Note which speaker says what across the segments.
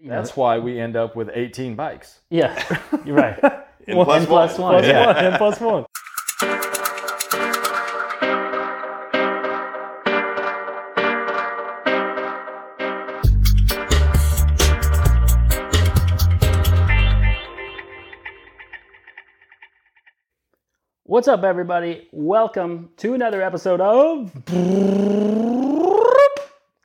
Speaker 1: you know,
Speaker 2: That's why we end up with 18 bikes.
Speaker 1: yeah, you're right.
Speaker 3: And
Speaker 1: Well,
Speaker 3: plus
Speaker 1: and plus
Speaker 3: one.
Speaker 1: one, plus
Speaker 3: Yeah.
Speaker 1: one, and plus one. What's up, everybody? Welcome to another episode of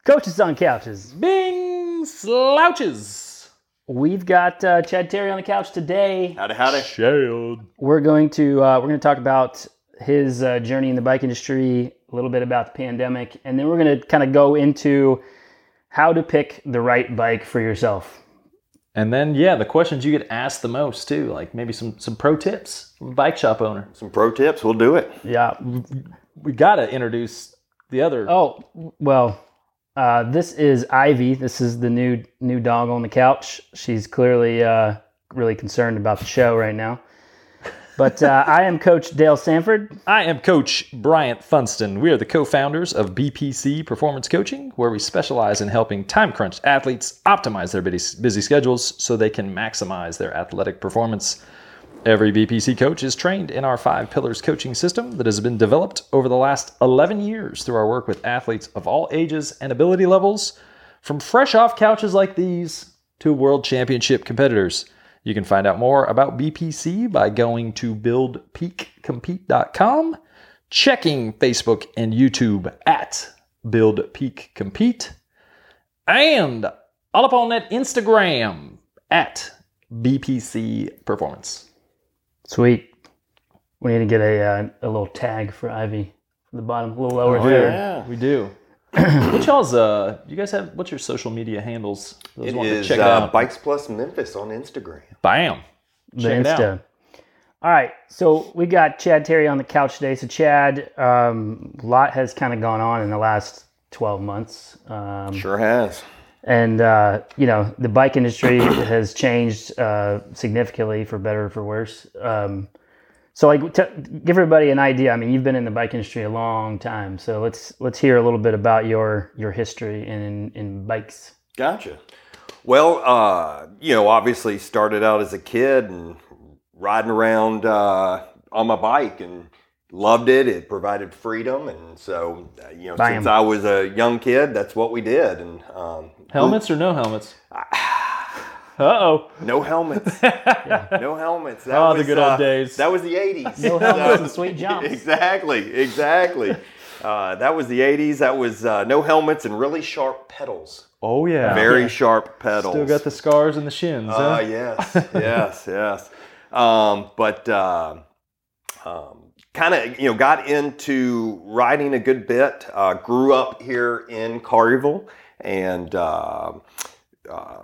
Speaker 1: Coaches on Couches.
Speaker 2: Bing! Slouches!
Speaker 1: We've got uh, Chad Terry on the couch today.
Speaker 3: Howdy, howdy.
Speaker 2: Shield.
Speaker 1: we're going to uh, we're going to talk about his uh, journey in the bike industry a little bit about the pandemic and then we're going to kind of go into how to pick the right bike for yourself
Speaker 2: And then, yeah, the questions you get asked the most, too. Like maybe some, some pro tips from a bike shop owner.
Speaker 3: Some pro tips. We'll do it.
Speaker 1: yeah
Speaker 2: We got to introduce the other.
Speaker 1: oh well uh, this is ivy this is the new new dog on the couch she's clearly uh, really concerned about the show right now but uh, i am coach dale sanford
Speaker 2: I am Coach Bryant Funston. We are the co founders of BPC Performance Coaching, where we specialize in helping time crunched athletes optimize their busy busy schedules so they can maximize their athletic performance. Every BPC coach is trained in our five pillars coaching system that has been developed over the last 11 years through our work with athletes of all ages and ability levels, from fresh off couches like these to world championship competitors. You can find out more about BPC by going to buildpeakcompete.com, checking Facebook and YouTube at Build Peak Compete, and all up on that Instagram at BPC Performance.
Speaker 1: sweet we need to get a, uh, a little tag for ivy the bottom a little lower here
Speaker 3: Yeah.
Speaker 2: We do. what y'all's uh you guys have what's your social media handles? Those
Speaker 3: It
Speaker 2: wanting to
Speaker 3: is
Speaker 2: check it
Speaker 3: uh,
Speaker 2: out.
Speaker 3: Bikes Plus Memphis on Instagram.
Speaker 2: Bam.
Speaker 1: the
Speaker 2: Check it out.
Speaker 1: Insta. All right, so we got Chad Terry on the couch today. So Chad, um, a lot has kind of gone on in the last twelve months, um,
Speaker 3: Sure has.
Speaker 1: and uh, you know the bike industry has changed uh, significantly for better or for worse. Um, so, like, t- give everybody an idea. I mean, you've been in the bike industry a long time, so let's let's hear a little bit about your your history in in bikes.
Speaker 3: Gotcha. Well, uh, you know, obviously started out as a kid and riding around uh, on my bike and loved it. It provided freedom. And so, uh, you know,
Speaker 1: Bam.
Speaker 3: since I was a young kid, that's what we did. And um,
Speaker 2: Helmets or no helmets? Uh-oh.
Speaker 3: no helmets. No helmets. That uh,
Speaker 2: Oh, the good old days.
Speaker 3: That was the 80s.
Speaker 1: No helmets and sweet jumps.
Speaker 3: Exactly, exactly. Uh, that was the 80s. That was uh, no helmets and really sharp pedals.
Speaker 2: oh yeah.
Speaker 3: Very sharp pedals.
Speaker 2: Still got the scars and the shins, huh?
Speaker 3: Uh, yes, yes, yes. Um, but uh, um, kind of, you know, got into riding a good bit. Uh, grew up here in Carville and uh, uh,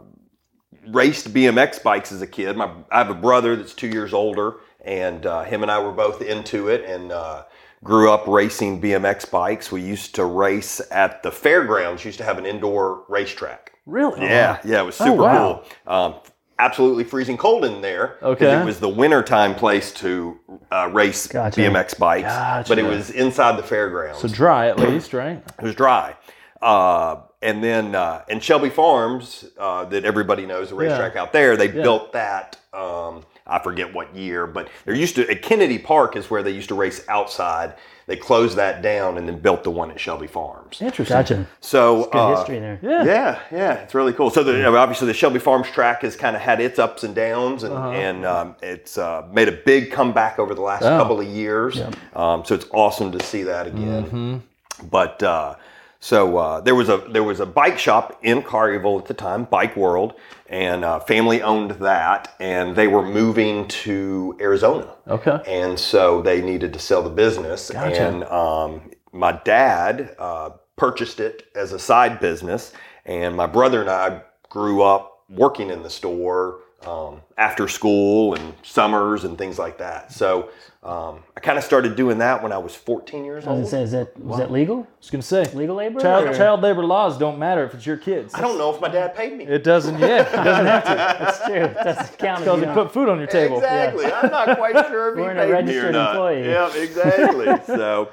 Speaker 3: raced BMX bikes as a kid. My, I have a brother that's two years older, and uh, him and I were both into it and uh, grew up racing BMX bikes. We used to race at the fairgrounds. Used to have an indoor racetrack.
Speaker 2: Really?
Speaker 3: Yeah, yeah, it was super
Speaker 2: Uh-huh. Oh, wow.
Speaker 3: cool. Um, absolutely freezing cold in there. 'cause
Speaker 2: Okay.
Speaker 3: It was the wintertime place to uh, race
Speaker 1: Gotcha.
Speaker 3: BMX bikes, but it
Speaker 2: Gotcha.
Speaker 3: was inside the fairgrounds.
Speaker 2: So dry at least, right?
Speaker 3: it was dry. Uh, and then, uh, and Shelby Farms, uh, that everybody knows, the racetrack out there, they built that. Um, I forget what year, but there used to, at Kennedy Park is where they used to race outside. They closed that down and then built the one at Shelby Farms.
Speaker 2: Interesting.
Speaker 1: Gotcha.
Speaker 3: So,
Speaker 1: Good
Speaker 3: uh,
Speaker 1: history there.
Speaker 2: Yeah.
Speaker 3: yeah, yeah, it's really cool. So the, obviously the Shelby Farms track has kind of had its ups and downs, and and um, it's uh, made a big comeback over the last
Speaker 2: Oh.
Speaker 3: couple of years. Um, so it's awesome to see that again. But uh, so uh, there was a there was a bike shop in Carville at the time, Bike World, and uh, family owned that, and they were moving to Arizona
Speaker 2: Okay.
Speaker 3: and so they needed to sell the business. And um, my dad uh, purchased it as a side business, and my brother and I grew up working in the store um, after school and summers and things like that. So um, I kind of started doing that when I was 14
Speaker 1: I was
Speaker 3: years old.
Speaker 1: gonna say, is that was that legal?
Speaker 2: I was gonna say
Speaker 1: Legal labor? or-
Speaker 2: child, child labor laws don't matter if it's your kids.
Speaker 3: I don't know if my dad paid me.
Speaker 2: It doesn't yeah, it doesn't have to.
Speaker 1: That's true. That's counted.
Speaker 2: Because you put food on your table.
Speaker 3: Exactly. I'm not quite sure if
Speaker 1: We're
Speaker 3: he
Speaker 1: in a
Speaker 3: paid me or
Speaker 1: registered
Speaker 3: not.
Speaker 1: employee.
Speaker 3: Yeah, exactly. so,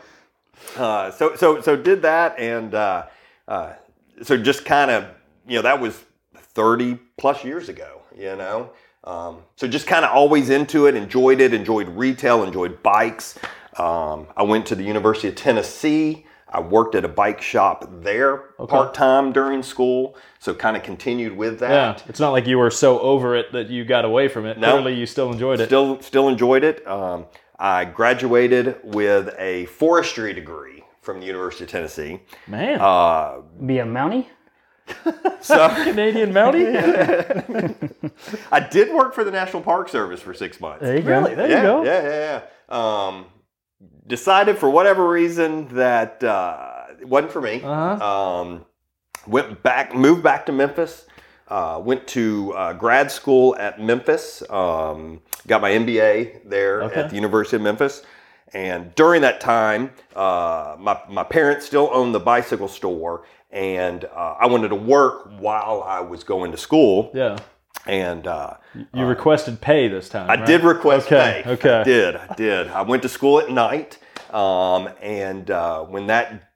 Speaker 3: uh, so, so, so did that, and uh, uh, so just kind of, you know, that was 30 plus years ago, you know? Um, so just kind of always into it, enjoyed it, enjoyed retail, enjoyed bikes. Um, I went to the University of Tennessee. I worked at a bike shop there
Speaker 4: Okay.
Speaker 3: part time during school, so kind of continued with
Speaker 4: Yeah,
Speaker 3: that.
Speaker 4: it's not like you were so over it that you got away from it.
Speaker 3: No.
Speaker 4: Clearly, you still enjoyed it.
Speaker 3: Still, still enjoyed it. Um, I graduated with a forestry degree from the University of Tennessee.
Speaker 4: Man,
Speaker 3: Uh,
Speaker 1: Be a Mountie?
Speaker 3: so
Speaker 4: Canadian Mountie.
Speaker 3: I did work for the National Park Service for six months.
Speaker 1: There you go.
Speaker 4: Really? There
Speaker 3: yeah,
Speaker 4: you go.
Speaker 3: Yeah, yeah, yeah. Um, decided for whatever reason that uh, it wasn't for me.
Speaker 4: Uh-huh.
Speaker 3: Um, went back, moved back to Memphis. Uh, went to uh, grad school at Memphis. Um, got my MBA there
Speaker 4: Okay.
Speaker 3: at the University of Memphis. And during that time, uh, my, my parents still owned the bicycle store, and uh, I wanted to work while I was going to school.
Speaker 4: Yeah.
Speaker 3: And uh,
Speaker 4: You requested pay this time.
Speaker 3: I
Speaker 4: right?
Speaker 3: did request
Speaker 4: Okay,
Speaker 3: pay.
Speaker 4: okay.
Speaker 3: I did. I did. I went to school at night, um, and uh, when that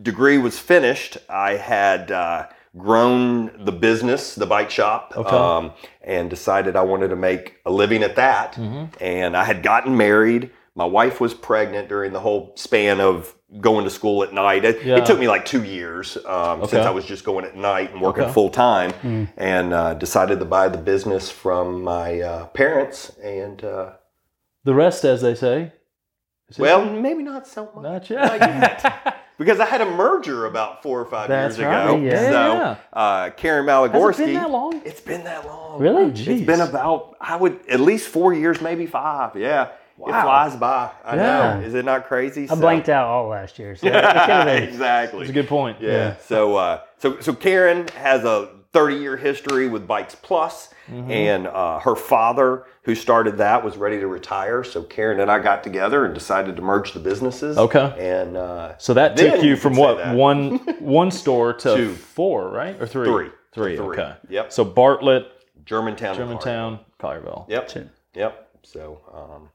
Speaker 3: degree was finished, I had uh, grown the business, the bike shop,
Speaker 4: Okay.
Speaker 3: um, and decided I wanted to make a living at that. And I had gotten married. My wife was pregnant during the whole span of going to school at night. It, it
Speaker 4: Yeah.
Speaker 3: took me like two years um, since
Speaker 4: Okay.
Speaker 3: I was just going at night and working
Speaker 4: Okay. Hmm.
Speaker 3: full time and uh, decided to buy the business from my uh, parents. And uh,
Speaker 4: The rest, as they say. Is it-
Speaker 3: well, maybe not so
Speaker 4: not
Speaker 3: much
Speaker 4: yet.
Speaker 3: because I had a merger about four or five
Speaker 1: That's
Speaker 3: years
Speaker 1: right,
Speaker 3: ago.
Speaker 1: yeah.
Speaker 4: Yeah.
Speaker 3: So uh, Karen
Speaker 4: Has
Speaker 3: Malagorski.
Speaker 4: it been that long?
Speaker 3: It's been that long.
Speaker 1: Really?
Speaker 3: It's been about I would at least four years, maybe five. Yeah. It
Speaker 4: Wow.
Speaker 3: flies by. I
Speaker 1: Yeah.
Speaker 3: know. Is it not crazy?
Speaker 1: I blanked out all last year. So it could have been.
Speaker 3: exactly.
Speaker 4: That's a good point.
Speaker 3: Yeah. So uh, so so Karen has a 30 year history with Bikes Plus,
Speaker 4: Mm-hmm.
Speaker 3: and uh, her father, who started that, was ready to retire. So Karen and I got together and decided to merge the businesses.
Speaker 4: Okay.
Speaker 3: And uh,
Speaker 4: So that
Speaker 3: Then
Speaker 4: took
Speaker 3: you
Speaker 4: you
Speaker 3: could
Speaker 4: from
Speaker 3: say
Speaker 4: what
Speaker 3: that.
Speaker 4: one one store to
Speaker 3: Two.
Speaker 4: four, right? Or three?
Speaker 3: Three.
Speaker 4: Three.
Speaker 3: Three.
Speaker 4: Okay.
Speaker 3: Yep.
Speaker 4: So Bartlett,
Speaker 3: Germantown.
Speaker 4: Germantown, Collierville.
Speaker 3: Yep. Yep. So um,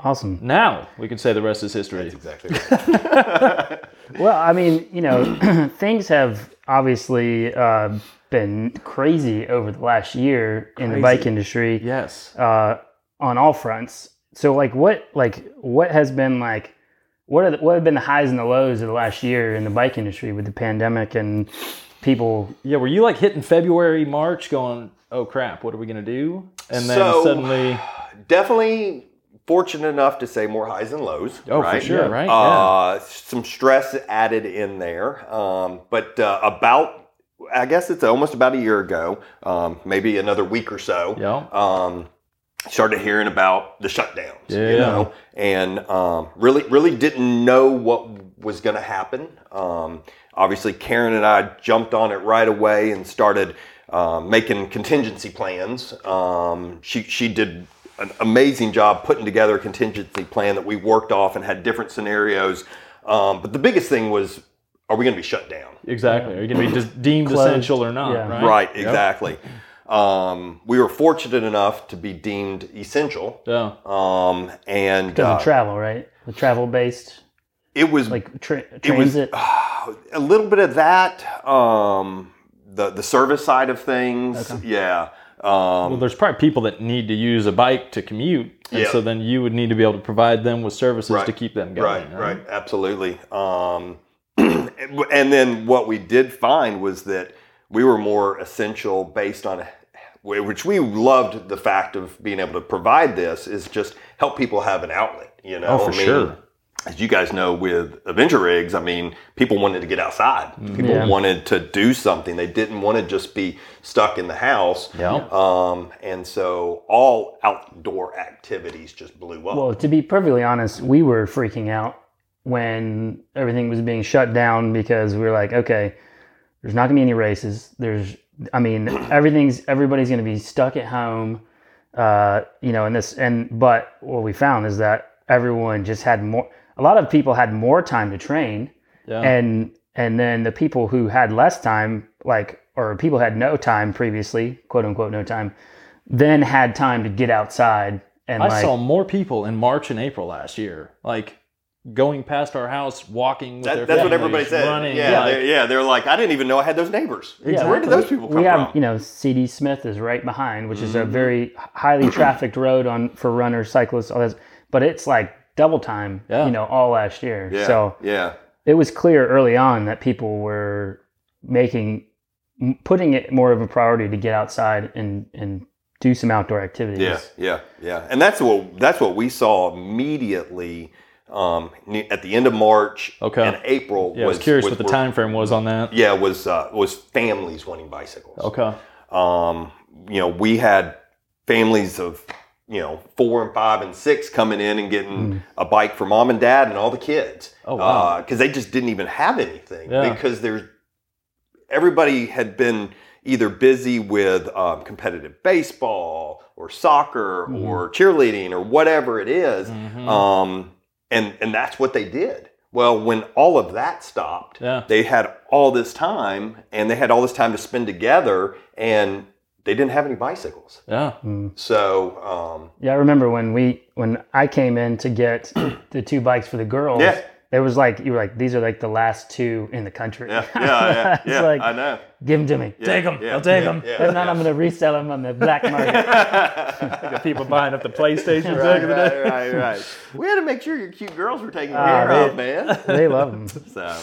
Speaker 1: Awesome.
Speaker 4: Now we can say the rest is history.
Speaker 3: that's exactly right.
Speaker 1: Well, I mean, you know, things have obviously uh, been crazy over the last year in the
Speaker 4: Crazy.
Speaker 1: bike industry.
Speaker 4: Yes.
Speaker 1: uh, on all fronts. So like what like what has been like what are the, what have been the highs and the lows of the last year in the bike industry with the pandemic and people
Speaker 4: Yeah. Were you like hitting February, March, going, "Oh crap, what are we gonna do?" And then
Speaker 3: So-
Speaker 4: suddenly,
Speaker 3: Definitely fortunate enough to say more highs and lows.
Speaker 4: oh
Speaker 3: right?
Speaker 4: for sure,
Speaker 1: Yeah.
Speaker 4: right?
Speaker 3: Uh, Some stress added in there. Um, but uh, about, I guess it's almost about a year ago, um, maybe another week or so,
Speaker 4: yeah. Yeah.
Speaker 3: um, started hearing about the shutdowns.
Speaker 4: Yeah.
Speaker 3: You know, and um, really, really didn't know what was going to happen. Um, obviously, Karen and I jumped on it right away and started um, making contingency plans. Um, she she did an amazing job putting together a contingency plan that we worked off and had different scenarios. Um, but the biggest thing was, are we going to be shut down?
Speaker 4: Exactly. Are you gonna be just deemed
Speaker 1: Closed.
Speaker 4: essential or not?
Speaker 1: Yeah.
Speaker 4: Right.
Speaker 3: Right,
Speaker 4: Yep.
Speaker 3: exactly. Um, we were fortunate enough to be deemed essential,
Speaker 4: Yeah.
Speaker 3: um, and
Speaker 1: because
Speaker 3: uh,
Speaker 1: of travel, right? The travel based
Speaker 3: it was
Speaker 1: like tra-
Speaker 3: Mm. it was
Speaker 1: transit.
Speaker 3: a little bit of that. Um, the the service side of things, yeah. Um,
Speaker 4: Well, there's probably people that need to use a bike to commute, and
Speaker 3: Yeah.
Speaker 4: so then you would need to be able to provide them with services
Speaker 3: Right.
Speaker 4: to keep them going.
Speaker 3: right, right, absolutely. Um, and then what we did find was that we were more essential based on which we loved the fact of being able to provide this is just help people have an outlet. You know,
Speaker 4: Oh, for
Speaker 3: I mean,
Speaker 4: sure.
Speaker 3: as you guys know with adventure rigs, I mean, people wanted to get outside.
Speaker 4: Mm,
Speaker 3: People
Speaker 1: Yeah.
Speaker 3: wanted to do something. They didn't want to just be stuck in the house.
Speaker 4: Yeah.
Speaker 3: Um, and so all outdoor activities just blew up.
Speaker 1: Well, to be perfectly honest, we were freaking out when everything was being shut down because we were like, okay, there's not gonna be any races. There's, I mean, everything's everybody's gonna be stuck at home, uh, you know. And this, and but what we found is that everyone just had more. A lot of people had more time to train,
Speaker 2: Oh.
Speaker 4: Yeah.
Speaker 1: and and then the people who had less time, like or people had no time previously, quote unquote, no time, then had time to get outside and
Speaker 4: I
Speaker 1: like
Speaker 4: saw more people in March and April last year. Like
Speaker 2: going past our house, walking. With their
Speaker 3: That, that's what
Speaker 2: families,
Speaker 3: everybody said.
Speaker 2: Running,
Speaker 3: yeah,
Speaker 2: like-
Speaker 3: they're, yeah, they're like, I didn't even know I had those neighbors. Where did
Speaker 1: Exactly.
Speaker 3: those people come
Speaker 1: we have
Speaker 3: from?
Speaker 1: you know cd smith is right behind which is a very highly trafficked road on for runners cyclists all this but it's like double time
Speaker 2: Yeah.
Speaker 1: you know all last year
Speaker 3: yeah,
Speaker 1: so
Speaker 3: yeah,
Speaker 1: it was clear early on that people were making m- putting it more of a priority to get outside and and do some outdoor activities
Speaker 3: yeah, yeah, yeah. And that's what that's what we saw immediately um, ne- at the end of March
Speaker 2: Okay.
Speaker 3: and April.
Speaker 2: yeah, I was curious what the
Speaker 3: were-
Speaker 2: time frame was on that.
Speaker 3: Yeah, was uh, was families wanting bicycles.
Speaker 2: Okay.
Speaker 3: Um, you know, we had families of you know four and five and six coming in and getting
Speaker 2: Mm.
Speaker 3: a bike for mom and dad and all the kids.
Speaker 2: Oh, wow.
Speaker 3: Because Uh, they just didn't even have anything
Speaker 2: Yeah.
Speaker 3: because there's everybody had been either busy with um, competitive baseball or soccer
Speaker 1: Mhm.
Speaker 3: or cheerleading or whatever it is.
Speaker 2: Mhm.
Speaker 4: Mm-hmm.
Speaker 1: Mm-hmm.
Speaker 3: Um, and and that's what they did. Well, when all of that stopped,
Speaker 2: yeah.
Speaker 3: they had all this time and they had all this time to spend together and they didn't have any bicycles
Speaker 2: Yeah.
Speaker 1: Mm.
Speaker 3: so um,
Speaker 1: Yeah, I remember when we when I came in to get the two bikes for the girls.
Speaker 3: Yeah.
Speaker 1: There was like you were like these are like the last two in the country.
Speaker 3: yeah yeah yeah,
Speaker 1: it's
Speaker 3: yeah
Speaker 1: like
Speaker 3: i know
Speaker 1: give them to me.
Speaker 3: Yeah,
Speaker 1: take them.
Speaker 3: yeah,
Speaker 1: I'll take
Speaker 3: yeah,
Speaker 1: them.
Speaker 3: yeah,
Speaker 1: if not,
Speaker 3: yeah.
Speaker 1: I'm gonna resell them on the black market.
Speaker 3: right,
Speaker 2: People buying up the PlayStation.
Speaker 3: right, right, right. We had to make sure your cute girls were taken
Speaker 1: Ah,
Speaker 3: care of,
Speaker 1: they
Speaker 3: man.
Speaker 1: love them.
Speaker 3: so,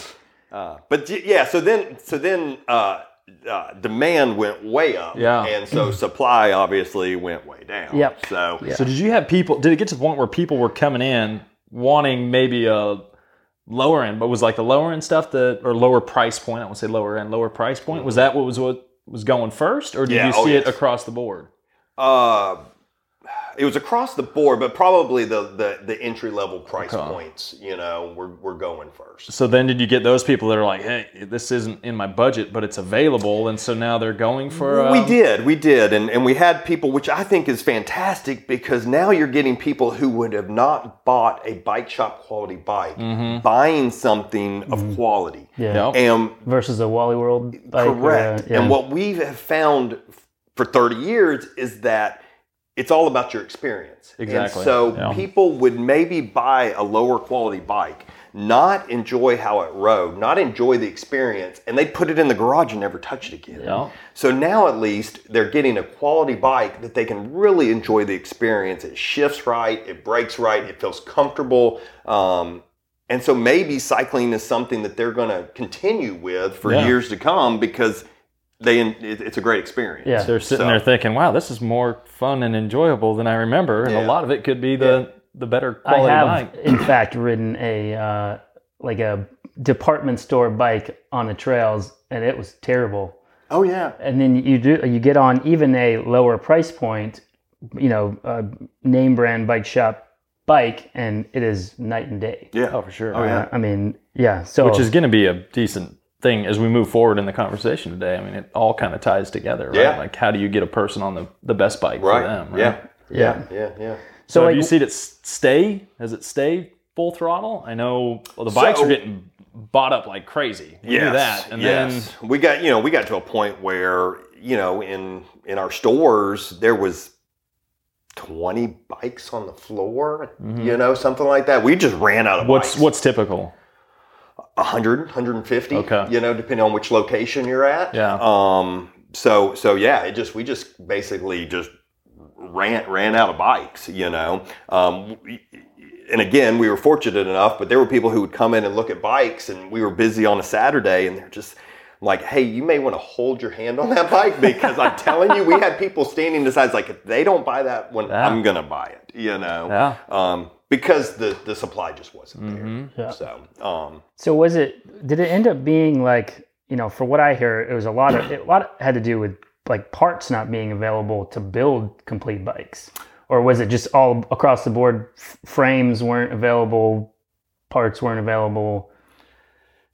Speaker 3: uh, but j- yeah, so then, so then, uh, uh, demand went way up,
Speaker 2: Yeah.
Speaker 3: and so supply obviously went way down.
Speaker 1: Yep.
Speaker 3: So
Speaker 1: Yeah.
Speaker 2: So did you have people? Did it get to the point where people were coming in wanting maybe a lower end, but was like the lower end stuff that or lower price point? I would say lower end, lower price point. Was that what was what was going first, or did
Speaker 3: Yeah,
Speaker 2: you see
Speaker 3: oh,
Speaker 2: it
Speaker 3: yes.
Speaker 2: across the board?
Speaker 3: Uh, it was across the board, but probably the the, the entry level price
Speaker 2: Okay.
Speaker 3: points. You know, we're we're going first.
Speaker 2: So then did you get those people that are like, hey, this isn't in my budget, but it's available, and so now they're going for? Um,
Speaker 3: we did, we did, and and we had people, which I think is fantastic because now you're getting people who would have not bought a bike shop quality bike,
Speaker 2: Mhm.
Speaker 3: buying something
Speaker 2: Mm.
Speaker 3: of quality,
Speaker 1: Yeah.
Speaker 2: Yep.
Speaker 3: and
Speaker 1: Versus a Wally World bike. or a-
Speaker 3: Correct.
Speaker 1: yeah.
Speaker 3: And what we have found for 30 years is that it's all about your experience. And
Speaker 2: Exactly.
Speaker 3: so
Speaker 2: Yeah.
Speaker 3: people would maybe buy a lower quality bike, not enjoy how it rode, not enjoy the experience, and they put it in the garage and never touch it again.
Speaker 2: Yeah.
Speaker 3: So now at least they're getting a quality bike that they can really enjoy the experience. It shifts right, it brakes right, it feels comfortable. Um, and so maybe cycling is something that they're going to continue with for
Speaker 2: Yeah.
Speaker 3: years to come because they it, it's a great experience.
Speaker 1: Yeah.
Speaker 2: They're sitting
Speaker 3: So-
Speaker 2: there thinking, wow, this is more fun and enjoyable than I remember, and a
Speaker 3: Yeah.
Speaker 2: lot of it could be the the better
Speaker 1: I
Speaker 2: quality
Speaker 1: have
Speaker 2: bike.
Speaker 1: in fact ridden a uh, like a department store bike on the trails and it was terrible.
Speaker 3: Oh yeah.
Speaker 1: and then you do you get on even a lower price point you know a name brand bike shop bike and it is night and day
Speaker 3: Yeah.
Speaker 2: Oh, for sure.
Speaker 3: Oh, yeah.
Speaker 1: Uh, i mean yeah so
Speaker 2: Which is going to be a decent thing as we move forward in the conversation today. I mean, it all kind of ties together, right?
Speaker 3: Yeah.
Speaker 2: Like, how do you get a person on the, the best bike
Speaker 3: Right.
Speaker 2: for them? Right?
Speaker 3: Yeah.
Speaker 1: yeah
Speaker 3: Yeah. Yeah.
Speaker 2: So,
Speaker 1: so,
Speaker 2: have
Speaker 1: like,
Speaker 2: you seen it s- stay? Has it stayed full throttle? I know well, the bikes
Speaker 3: So-
Speaker 2: are getting bought up like crazy. We knew that, and
Speaker 3: yes. we got you know we got to a point where you know in in our stores there was twenty bikes on the floor,
Speaker 2: Mhm.
Speaker 3: you know something like that. We just ran out
Speaker 2: then
Speaker 3: of
Speaker 2: what's
Speaker 3: bikes.
Speaker 2: what's typical?
Speaker 3: 100, 150,
Speaker 2: Okay.
Speaker 3: you know, depending on which location you're at.
Speaker 2: Yeah.
Speaker 3: Um, so, so yeah, it just, we just basically just ran, ran out of bikes, you know? Um, we- and again, we were fortunate enough, but there were people who would come in and look at bikes and we were busy on a Saturday and they're just like, Hey, you may want to hold your hand on that bike because I'm telling you, we had people standing besides like, if they don't buy that one,
Speaker 2: Yeah.
Speaker 3: I'm going to buy it, you know?
Speaker 2: Yeah.
Speaker 3: Um, because the, the supply just wasn't
Speaker 2: hmm
Speaker 3: there.
Speaker 1: Yeah.
Speaker 3: So, um,
Speaker 1: so was it did it end up being like you know for what i hear it was a lot of it, a lot had to do with like parts not being available to build complete bikes or was it just all across the board f- frames weren't available parts weren't available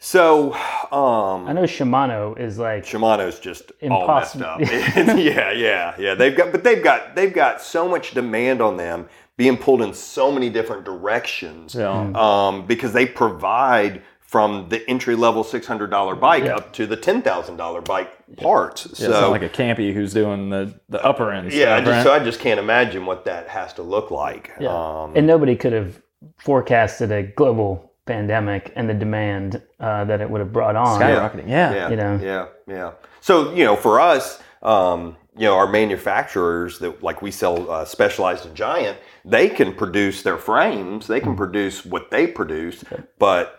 Speaker 3: So,
Speaker 1: i
Speaker 3: um,
Speaker 1: know shimano is like
Speaker 3: Shimano's just
Speaker 1: Impossible.
Speaker 3: all messed up. yeah, yeah, yeah. They've got, but they've got, they've got so much demand on them being pulled in so many different directions
Speaker 2: Yeah.
Speaker 3: um, because they provide from the entry level six hundred dollar bike up to the ten thousand dollar bike parts.
Speaker 2: Yeah, it's
Speaker 3: so,
Speaker 2: not like a campy who's doing the, the upper end
Speaker 3: yeah, I
Speaker 2: stuff.
Speaker 3: just, so
Speaker 2: right?
Speaker 3: I just can't imagine what that has to look like.
Speaker 1: Yeah.
Speaker 3: Um,
Speaker 1: and nobody could have forecasted a global pandemic and the demand uh, that it would have brought on.
Speaker 2: Skyrocketing. Yeah.
Speaker 3: yeah,
Speaker 1: you know.
Speaker 3: yeah, yeah. So you know, for us, um, you know, our manufacturers that like we sell uh, specialized and giant, they can produce their frames, they
Speaker 1: Mm-hmm.
Speaker 3: can produce what they produce, but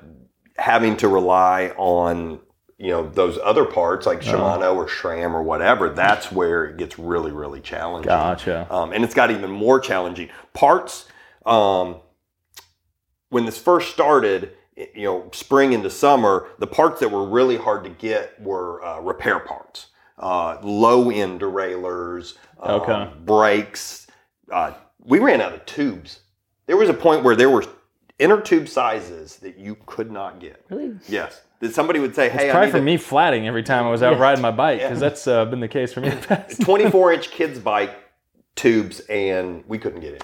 Speaker 3: having to rely on you know those other parts like
Speaker 1: Uh-huh.
Speaker 3: Shimano or SRAM or whatever, that's where it gets really, really challenging.
Speaker 2: Gotcha.
Speaker 3: Um, and it's got even more challenging. Parts, um, when this first started, i- you know, spring into summer, the parts that were really hard to get were uh, repair parts, uh, low end derailleurs, um,
Speaker 2: Okay.
Speaker 3: brakes. Uh, we ran out of tubes. There was a point where there were inner tube sizes that you could not get.
Speaker 1: Really?
Speaker 3: Yes. That somebody would say, hey,
Speaker 2: It's
Speaker 3: I
Speaker 2: probably
Speaker 3: need
Speaker 2: for
Speaker 3: a-
Speaker 2: me flatting every time I was out
Speaker 1: Yeah.
Speaker 2: riding my bike
Speaker 3: Yeah.
Speaker 2: because that's uh, been the case for me. in the past.
Speaker 3: 24 inch kids bike tubes and we couldn't get in.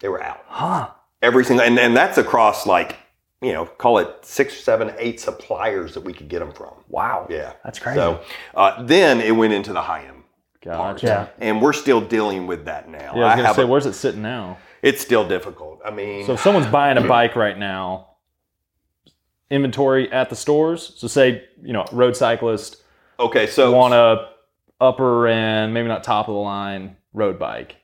Speaker 3: They were out.
Speaker 2: huh.
Speaker 3: Every single, and, and that's across like, you know, call it six, seven, eight suppliers that we could get them from.
Speaker 2: Wow.
Speaker 3: Yeah.
Speaker 2: That's crazy.
Speaker 3: So uh, then it went into the high end.
Speaker 2: gotcha.
Speaker 1: Yeah.
Speaker 3: And we're still dealing with that now.
Speaker 2: Yeah, I was gonna
Speaker 3: have
Speaker 2: say,
Speaker 3: a-
Speaker 2: where's it sitting now?
Speaker 3: it's still difficult. I mean,
Speaker 2: So if someone's buying
Speaker 3: Hmm.
Speaker 2: a bike right now, inventory at the stores. So say you know road cyclist
Speaker 3: okay, so
Speaker 2: want a upper end, maybe not top of the line road bike.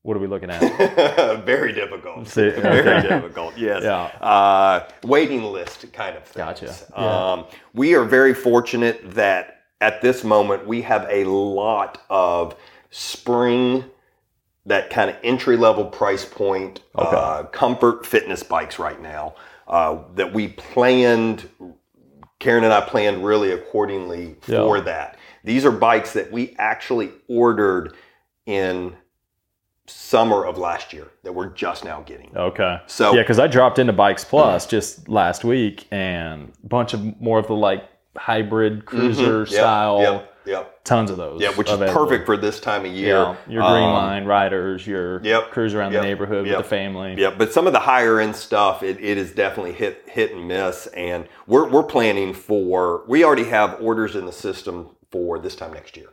Speaker 2: What are we looking at?
Speaker 3: very difficult.
Speaker 2: See,
Speaker 3: Very
Speaker 2: okay.
Speaker 3: difficult. Yes.
Speaker 2: yeah.
Speaker 3: uh, waiting list kind of things.
Speaker 2: Gotcha.
Speaker 1: Yeah.
Speaker 3: Um, we are very fortunate that at this moment we have a lot of spring, that kind of entry level price point, uh, comfort fitness bikes right now uh, that we planned. Karen and I planned really accordingly
Speaker 2: Yeah.
Speaker 3: for that. These are bikes that we actually ordered in summer of last year that we're just now getting.
Speaker 2: Okay.
Speaker 3: So
Speaker 2: Yeah, because I dropped into Bikes Plus just last week and a bunch of more of the like hybrid cruiser
Speaker 3: Mhm. Yep,
Speaker 2: style,
Speaker 3: Yep, yep,
Speaker 2: tons of those.
Speaker 3: yeah, which is
Speaker 2: available.
Speaker 3: perfect for this time of year.
Speaker 2: Yeah, your green
Speaker 3: Um,
Speaker 2: line riders, your
Speaker 3: yep,
Speaker 2: cruise around
Speaker 3: yep,
Speaker 2: the neighborhood
Speaker 3: yep,
Speaker 2: with the family.
Speaker 3: Yeah, but some of the higher end stuff, it, it is definitely hit hit and miss, and we're we're planning for. We already have orders in the system for this time next year.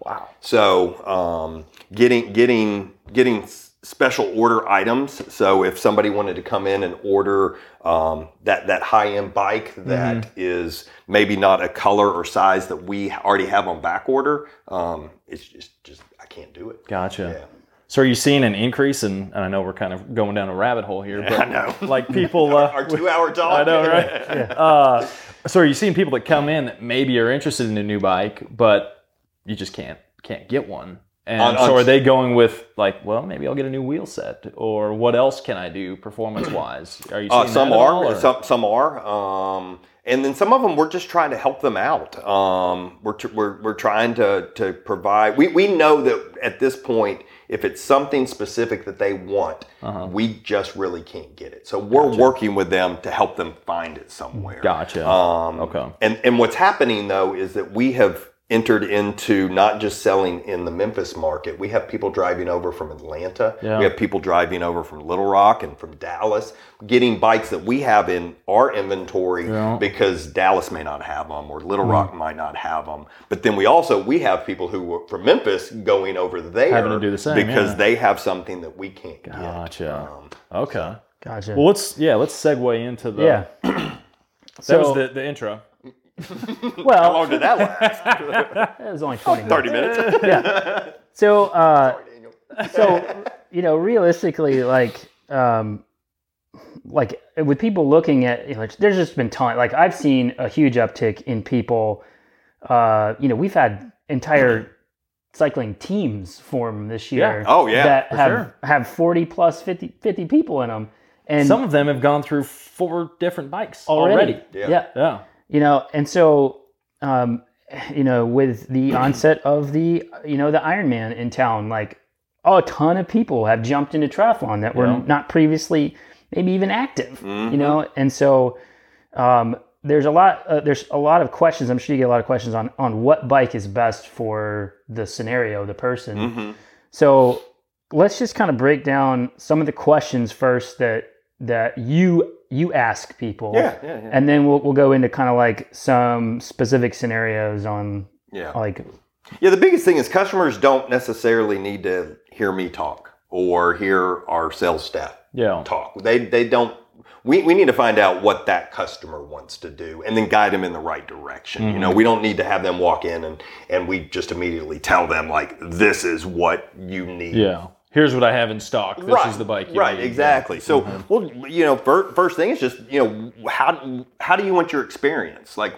Speaker 2: Wow.
Speaker 3: So um, getting getting getting s- special order items. So if somebody wanted to come in and order um, that that high end bike that is maybe not a color or size that we already have on back order, um, it's just just I can't do it.
Speaker 2: Gotcha.
Speaker 3: Yeah.
Speaker 2: So are you seeing an increase in and I know we're kind of going down a rabbit hole here, but
Speaker 3: I know.
Speaker 2: like people uh,
Speaker 3: Our two hour talk.
Speaker 2: I know, right? uh, so are you seeing people that come in that maybe are interested in a new bike, but you just can't can't get one? And
Speaker 3: On- on-
Speaker 2: so are they going with like, well, maybe I'll get a new wheel set, or what else can I do performance wise? Are you seeing
Speaker 3: Uh, some
Speaker 2: that at all,
Speaker 3: are,
Speaker 2: or-
Speaker 3: some some are, um, and then some of them we're just trying to help them out. Um, we're, tr- we're we're trying to to provide. We we know that at this point, if it's something specific that they want,
Speaker 2: Uh-huh.
Speaker 3: we just really can't get it. So we're working with them to help them find it somewhere.
Speaker 2: Gotcha.
Speaker 3: Um,
Speaker 2: okay.
Speaker 3: And and what's happening though is that we have entered into not just selling in the Memphis market. We have people driving over from Atlanta.
Speaker 2: Yeah.
Speaker 3: We have people driving over from Little Rock and from Dallas, getting bikes that we have in our inventory
Speaker 2: Yeah. Mm.
Speaker 3: because Dallas may not have them or Little Rock might not have them. But then we also we have people who were from Memphis going over there
Speaker 2: Having to do the same,
Speaker 3: because
Speaker 2: yeah.
Speaker 3: they have something that we can't get.
Speaker 2: Gotcha.
Speaker 3: Um,
Speaker 2: Okay.
Speaker 1: Gotcha.
Speaker 2: Well, let's yeah, let's segue into the
Speaker 1: yeah.
Speaker 2: That
Speaker 1: so
Speaker 2: was the, the intro.
Speaker 3: how
Speaker 1: well,
Speaker 3: long did that last?
Speaker 1: it was only twenty. minutes.
Speaker 3: Thirty minutes.
Speaker 1: So, uh, so you know, realistically, like, um, like with people looking at, you know, like, there's just been ton. Like, I've seen a huge uptick in people. Uh, you know, we've had entire cycling teams form this year.
Speaker 3: Oh, yeah,
Speaker 1: that
Speaker 2: for
Speaker 1: have
Speaker 2: sure.
Speaker 1: have forty plus 50, 50 people in them, and
Speaker 2: Some of them have gone through four different bikes
Speaker 1: already,
Speaker 2: already.
Speaker 3: Yeah.
Speaker 1: yeah,
Speaker 2: Yeah.
Speaker 1: you know and so um you know with the onset of the you know the ironman in town like a ton of people have jumped into triathlon that were
Speaker 2: Yeah.
Speaker 1: not previously maybe even active
Speaker 3: Mm-hmm.
Speaker 1: you know and so um there's a lot uh, there's a lot of questions i'm sure you get a lot of questions on on what bike is best for the scenario the person
Speaker 3: hmm
Speaker 1: so let's just kind of break down some of the questions first that that you you ask people
Speaker 3: Yeah, yeah, yeah.
Speaker 1: and then we'll we'll go into kind of like some specific scenarios on
Speaker 3: Yeah.
Speaker 1: like
Speaker 3: Yeah, the biggest thing is customers don't necessarily need to hear me talk or hear our sales staff
Speaker 2: Yeah.
Speaker 3: talk. They they don't. We, we need to find out what that customer wants to do and then guide them in the right direction. You know, we don't need to have them walk in and, and we just immediately tell them like this is what you need
Speaker 2: Yeah. Here's what I have in stock. This is the bike. you
Speaker 3: right,
Speaker 2: need. Mm-hmm.
Speaker 3: exactly. So, well, you know, fir- first thing is just you know how how do you want your experience? Like,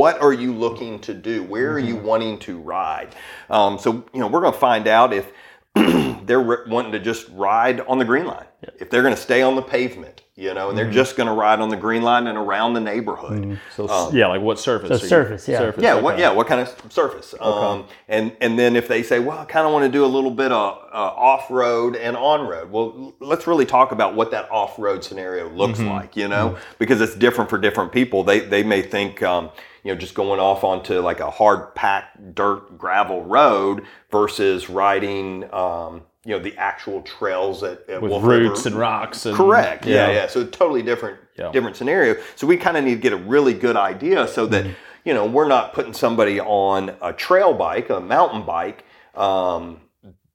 Speaker 3: what are you looking to do? Where are
Speaker 2: Mm-hmm.
Speaker 3: you wanting to ride? Um, so, you know, we're going to find out if they're ri- wanting to just ride on the green line, if they're going to stay on the pavement, you know, and they're
Speaker 2: Mm-hmm.
Speaker 3: just going to ride on the green line and around the neighborhood.
Speaker 2: So s- yeah, like what surface?
Speaker 1: So
Speaker 2: are you-
Speaker 1: surface, yeah.
Speaker 2: Surface.
Speaker 3: Oh. Yeah,
Speaker 2: okay.
Speaker 3: what yeah, what kind of surface? Um, and and then if they say, well, I kind of want to do a little bit of uh, off road and on road. Well, l- let's really talk about what that off road scenario looks
Speaker 2: Mm-hmm.
Speaker 3: like, you know, because it's different for different people. They they may think. Um, you know, just going off onto like a hard packed dirt gravel road versus riding, um, you know, the actual trails at, at
Speaker 2: With
Speaker 3: Wolf River.
Speaker 2: roots and rocks. And,
Speaker 3: Correct. Yeah, yeah. So totally different,
Speaker 2: Yeah.
Speaker 3: different scenario. So we kind of need to get a really good idea so that
Speaker 2: Mm-hmm.
Speaker 3: you know we're not putting somebody on a trail bike, a mountain bike, um,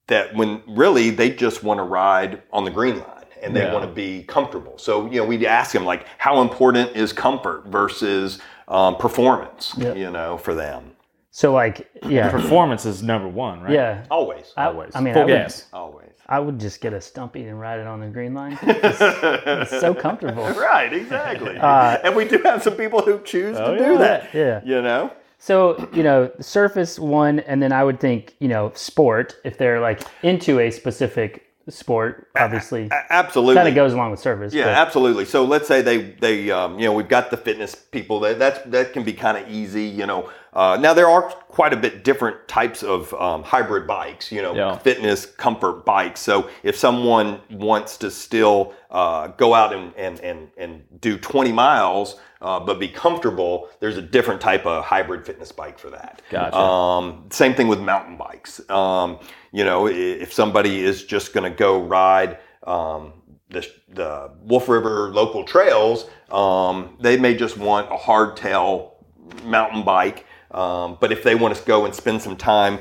Speaker 3: that when really they just want to ride on the green line and they
Speaker 2: Yeah.
Speaker 3: want to be comfortable. So you know we'd ask them like, how important is comfort versus um, performance?
Speaker 1: Yeah.
Speaker 3: You know, for them
Speaker 1: So like yeah,
Speaker 2: Performance is number one, right?
Speaker 1: yeah.
Speaker 3: always,
Speaker 1: I,
Speaker 2: Always.
Speaker 1: I mean,
Speaker 2: full
Speaker 1: I would,
Speaker 2: gas.
Speaker 3: always.
Speaker 1: I would just get a stumpy and ride it on the green line. It's, it's so comfortable.
Speaker 3: Right, exactly.
Speaker 1: Uh,
Speaker 3: and we do have some people who choose
Speaker 2: Oh,
Speaker 3: to do
Speaker 2: yeah.
Speaker 3: that.
Speaker 1: Yeah.
Speaker 3: You know.
Speaker 1: So you know, surface one, and then I would think you know, sport if they're like into a specific sport. Obviously,
Speaker 3: A- Absolutely.
Speaker 1: kind of goes along with surface.
Speaker 3: yeah, absolutely. So let's say they they um, you know we've got the fitness people that that's, that can be kind of easy. You know, uh, now there are quite a bit different types of um, hybrid bikes. You know,
Speaker 2: Yeah.
Speaker 3: fitness comfort bikes. So if someone wants to still uh, go out and and and, and do 20 miles. Uh, but be comfortable. There's a different type of hybrid fitness bike for that.
Speaker 2: Gotcha.
Speaker 3: Um, same thing with mountain bikes. Um, you know, i- if somebody is just going to go ride um, the, the Wolf River local trails, um, they may just want a hardtail mountain bike. Um, but if they want to go and spend some time,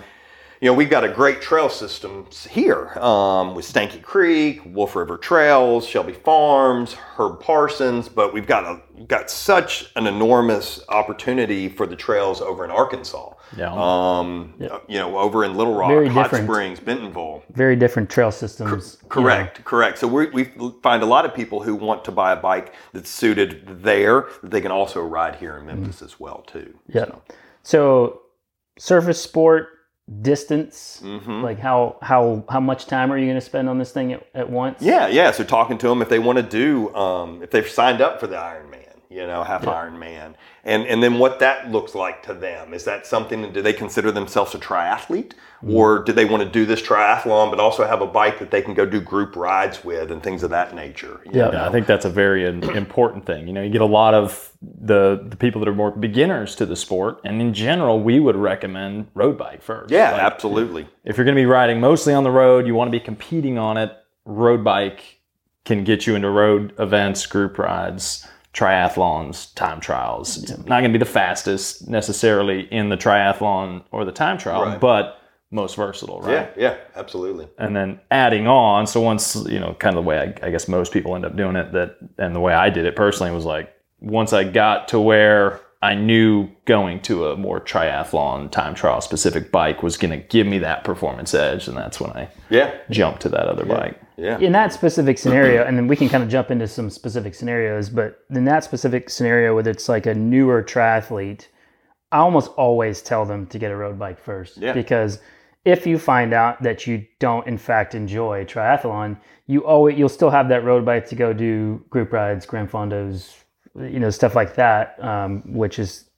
Speaker 3: you know, we've got a great trail system s- here um, with Stanky Creek, Wolf River Trails, Shelby Farms, Herb Parsons, but we've got a, got such an enormous opportunity for the trails over in Arkansas.
Speaker 2: Yeah.
Speaker 3: Um, You know, over in Little Rock,
Speaker 1: Very
Speaker 3: Hot
Speaker 1: different.
Speaker 3: Springs, Bentonville.
Speaker 1: very different trail systems. you know.
Speaker 3: Correct, correct. So we, we find a lot of people who want to buy a bike that's suited there that they can also ride here in Memphis as well too.
Speaker 1: Mm-hmm. Yeah. So surface sport distance,
Speaker 3: hmm
Speaker 1: like how how how much time are you going to spend on this thing at, at once?
Speaker 3: Yeah, yeah. So talking to them if they want to do, um, if they've signed up for the Ironman, you know, half Ironman, and and then what that looks like to them is that something? Do they consider themselves a triathlete,
Speaker 1: Mm-hmm.
Speaker 3: or do they want to do this triathlon but also have a bike that they can go do group rides with and things of that nature? you
Speaker 1: Yeah.
Speaker 2: Yeah, I think that's a very im- important thing. You know, you get a lot of the the people that are more beginners to the sport, and in general, we would recommend road bike first.
Speaker 3: Yeah,
Speaker 2: Like,
Speaker 3: absolutely.
Speaker 2: if you're going to be riding mostly on the road, you want to be competing on it. Road bike can get you into road events, group rides, triathlons, time trials. It's not going to be the fastest necessarily in the triathlon or the time trial,
Speaker 3: Right.
Speaker 2: but most versatile, right?
Speaker 3: Yeah, yeah, absolutely.
Speaker 2: and then adding on. So once you know, kind of the way I, I guess most people end up doing it, that and the way I did it personally was like once I got to where I knew going to a more triathlon time trial specific bike was going to give me that performance edge, and that's when I
Speaker 3: Yeah,
Speaker 2: jumped to that other bike.
Speaker 3: yeah.
Speaker 1: In that specific scenario, and then we can kind of jump into some specific scenarios, but in that specific scenario, whether it's like a newer triathlete, I almost always tell them to get a road bike first.
Speaker 3: Yeah.
Speaker 1: Because if you find out that you don't in fact enjoy triathlon, you always you'll still have that road bike to go do group rides, grand fondos, you know, stuff like that, um, which is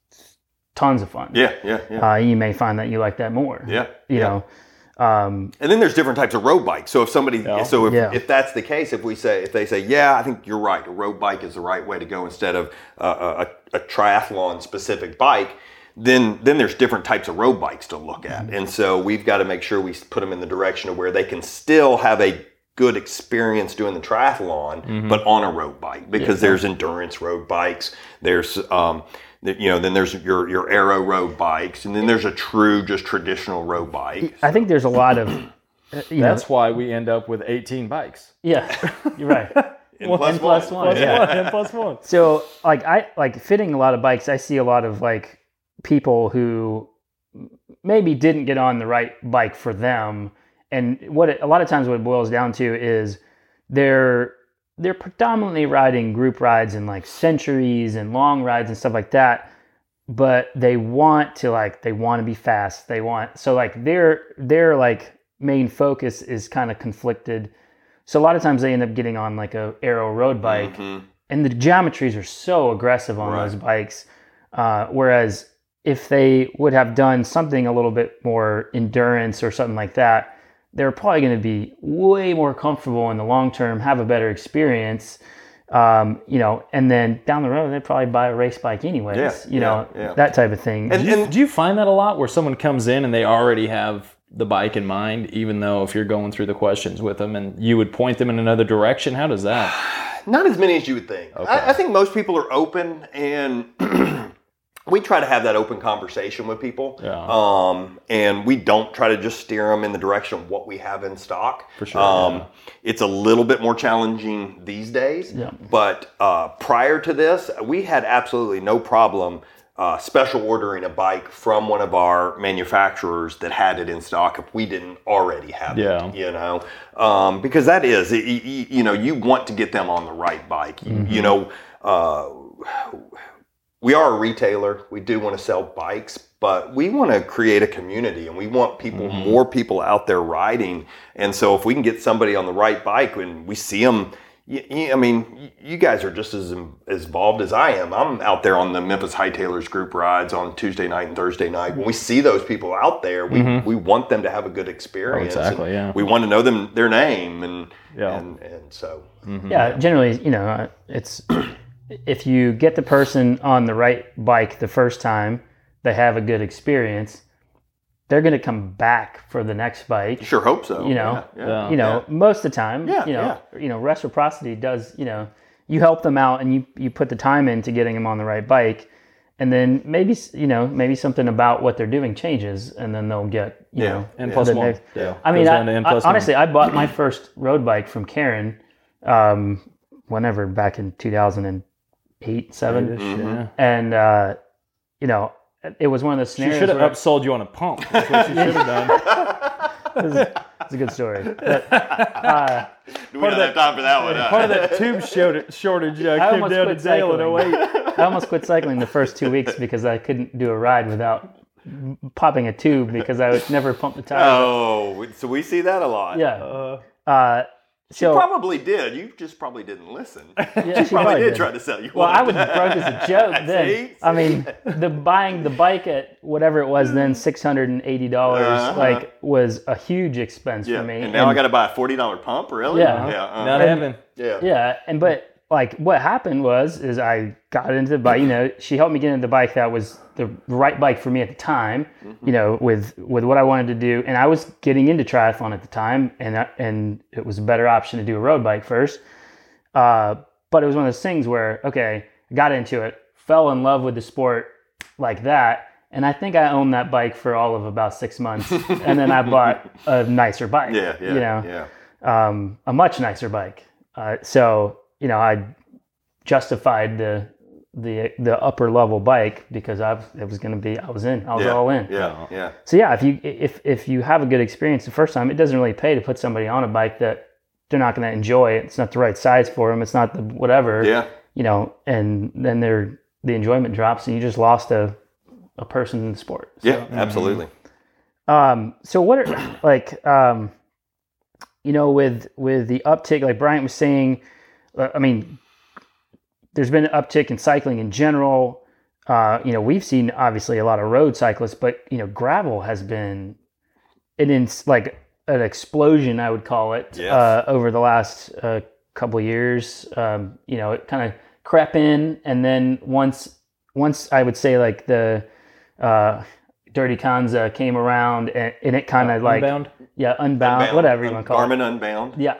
Speaker 1: tons of fun.
Speaker 3: Yeah, yeah, yeah,
Speaker 1: Uh, you may find that you like that more.
Speaker 3: yeah.
Speaker 1: You
Speaker 3: yeah.
Speaker 1: know. Um,
Speaker 3: And then there's different types of road bikes. So if somebody,
Speaker 2: Yeah.
Speaker 3: so if,
Speaker 1: Yeah.
Speaker 3: if that's the case, if we say, if they say, yeah, I think you're right, a road bike is the right way to go instead of uh, a, a triathlon specific bike, then then there's different types of road bikes to look at. And so we've got to make sure we put them in the direction of where they can still have a good experience doing the triathlon, but on a road bike because there's endurance road bikes. There's um, th- you know, then there's your your aero road bikes, and then there's a true just traditional road bike.
Speaker 1: I think there's a lot of uh, you know,
Speaker 4: That's why we end up with 18 bikes.
Speaker 1: yeah, you're right.
Speaker 3: And
Speaker 4: One
Speaker 3: plus
Speaker 1: and plus one.
Speaker 4: Plus
Speaker 3: Yeah.
Speaker 4: one and plus one.
Speaker 1: So like I like fitting a lot of bikes. I see a lot of like people who maybe didn't get on the right bike for them, and what it, a lot of times what it boils down to is they're they're predominantly riding group rides and like centuries and long rides and stuff like that but they want to like they want to be fast they want so like their their like main focus is kind of conflicted so a lot of times they end up getting on like a aero road bike
Speaker 3: Mhm.
Speaker 4: Mm-hmm.
Speaker 1: and the geometries are so aggressive on
Speaker 3: Right.
Speaker 1: those bikes. Uh, whereas if they would have done something a little bit more endurance or something like that, they're probably going to be way more comfortable in the long term, have a better experience, um, you know, and then down the road they probably buy a race bike anyways,
Speaker 3: Yeah,
Speaker 1: you know,
Speaker 3: yeah, yeah.
Speaker 1: that type of thing.
Speaker 3: And-
Speaker 4: Do you, do you find that a lot where someone comes in and they already have the bike in mind, even though if you're going through the questions with them and you would point them in another direction? How does that?
Speaker 3: Not as many as you would think.
Speaker 4: Okay.
Speaker 3: I, I think most people are open, and we try to have that open conversation with people.
Speaker 4: Yeah.
Speaker 3: Um, and we don't try to just steer them in the direction of what we have in stock.
Speaker 4: For sure,
Speaker 3: Um,
Speaker 4: yeah.
Speaker 3: It's a little bit more challenging these days.
Speaker 1: Yeah.
Speaker 3: But uh, prior to this, we had absolutely no problem. Uh, special ordering a bike from one of our manufacturers that had it in stock if we didn't already have it
Speaker 4: Yeah.
Speaker 3: you know um, because that is it, you, you- you know you want to get them on the right bike you,
Speaker 4: Mm-hmm.
Speaker 3: you know uh, we are a retailer we do want to sell bikes but we want to create a community and we want people
Speaker 4: Mm-hmm.
Speaker 3: more people out there riding and so if we can get somebody on the right bike and we see them I mean, y- you guys are just as in- as involved as I am. I'm out there on the Memphis Hightailers group rides on Tuesday night and Thursday night. When we see those people out there, we, we want them to have a good experience. and
Speaker 4: Mm-hmm. Oh, exactly, yeah.
Speaker 3: we want to know them their name and
Speaker 4: Yeah.
Speaker 3: and, and so
Speaker 1: yeah
Speaker 4: Mm-hmm.
Speaker 1: generally you know uh, it's if you get the person on the right bike the first time they have a good experience they're going to come back for the next bike
Speaker 3: sure hope so
Speaker 1: You know.
Speaker 3: yeah, yeah.
Speaker 4: Oh, Yeah.
Speaker 1: you know most of the time
Speaker 3: Yeah,
Speaker 1: you know you know reciprocity does you know you help them out and you you put the time into getting them on the right bike and then maybe s- you know maybe something about what they're doing changes and then they'll get you
Speaker 3: Yeah.
Speaker 1: know
Speaker 4: And plus
Speaker 1: the
Speaker 4: one.
Speaker 1: next-
Speaker 4: Yeah.
Speaker 1: I mean,
Speaker 4: Goes
Speaker 1: I,
Speaker 4: down to N
Speaker 1: I-
Speaker 4: plus one.
Speaker 1: honestly, I bought my first road bike from Karen, um, whenever back in 2008, seven, Mm-hmm.
Speaker 3: Mm-hmm.
Speaker 4: Yeah.
Speaker 1: and uh, you know, it was one of those
Speaker 4: She
Speaker 1: scenarios.
Speaker 4: should have
Speaker 1: where-
Speaker 4: upsold you on a pump. That's what she should have done.
Speaker 1: it's a good story. But, uh,
Speaker 3: we don't have time for that one
Speaker 4: Part of that tube short- shortage uh, came
Speaker 1: almost
Speaker 4: down to
Speaker 1: quit
Speaker 4: Dale in
Speaker 1: cycling.
Speaker 4: 08.
Speaker 1: I almost quit cycling the first two weeks because I couldn't do a ride without popping a tube because I would never pump the tires.
Speaker 3: oh so we see that a lot
Speaker 1: Yeah.
Speaker 4: Uh,
Speaker 1: Uh, so
Speaker 3: probably did you just probably didn't listen probably,
Speaker 1: yeah, she probably
Speaker 3: did
Speaker 1: did.
Speaker 3: try to sell you
Speaker 1: Well,
Speaker 3: one.
Speaker 1: I was broke as a joke then.
Speaker 3: See?
Speaker 1: I mean, the buying the bike at whatever it was then, six hundred and eighty dollars,
Speaker 3: Uh-huh.
Speaker 1: like was a huge expense
Speaker 3: yeah
Speaker 1: for me.
Speaker 3: and now i gotta buy a $40 pump really
Speaker 1: Yeah.
Speaker 3: yeah, uh,
Speaker 4: not having.
Speaker 3: yeah.
Speaker 1: yeah, and but like what happened was is I got into the bike. You know, she helped me get into the bike that was the right bike for me at the time.
Speaker 3: Mm-hmm.
Speaker 1: You know, with with what I wanted to do, and I was getting into triathlon at the time, and I, and it was a better option to do a road bike first. Uh, but it was one of those things where okay, got into it, fell in love with the sport like that. And I think I owned that bike for all of about six months, and then I bought a nicer bike.
Speaker 3: Yeah, yeah,
Speaker 1: you know,
Speaker 3: yeah.
Speaker 1: um, a much nicer bike. Uh, so you know, I justified the the the upper level bike because I it was going to be I was in I was
Speaker 3: yeah,
Speaker 1: all in.
Speaker 3: Yeah, yeah,
Speaker 1: So yeah, if you if if you have a good experience the first time, it doesn't really pay to put somebody on a bike that they're not going to enjoy. It's not the right size for them. It's not the whatever.
Speaker 3: yeah.
Speaker 1: You know, and then their the enjoyment drops, and you just lost a a person in the sport. So- mm-hmm.
Speaker 3: Yeah, absolutely.
Speaker 1: um, so what are like um, you know with with the uptick like Bryant was saying, uh, I mean, there's been an uptick in cycling in general. Uh, you know, we've seen obviously a lot of road cyclists, but you know, gravel has been an ins- like an explosion, I would call it,
Speaker 3: Yes.
Speaker 1: uh, over the last uh, couple of years. Um, you know, it kind of crept in, and then once once I would say like the uh, Dirty Kanza came around, and, and it kind of like
Speaker 4: Unbound?
Speaker 1: yeah, unbound, Uh, whatever you want to call
Speaker 3: Garmin Unbound.
Speaker 1: it. Yeah,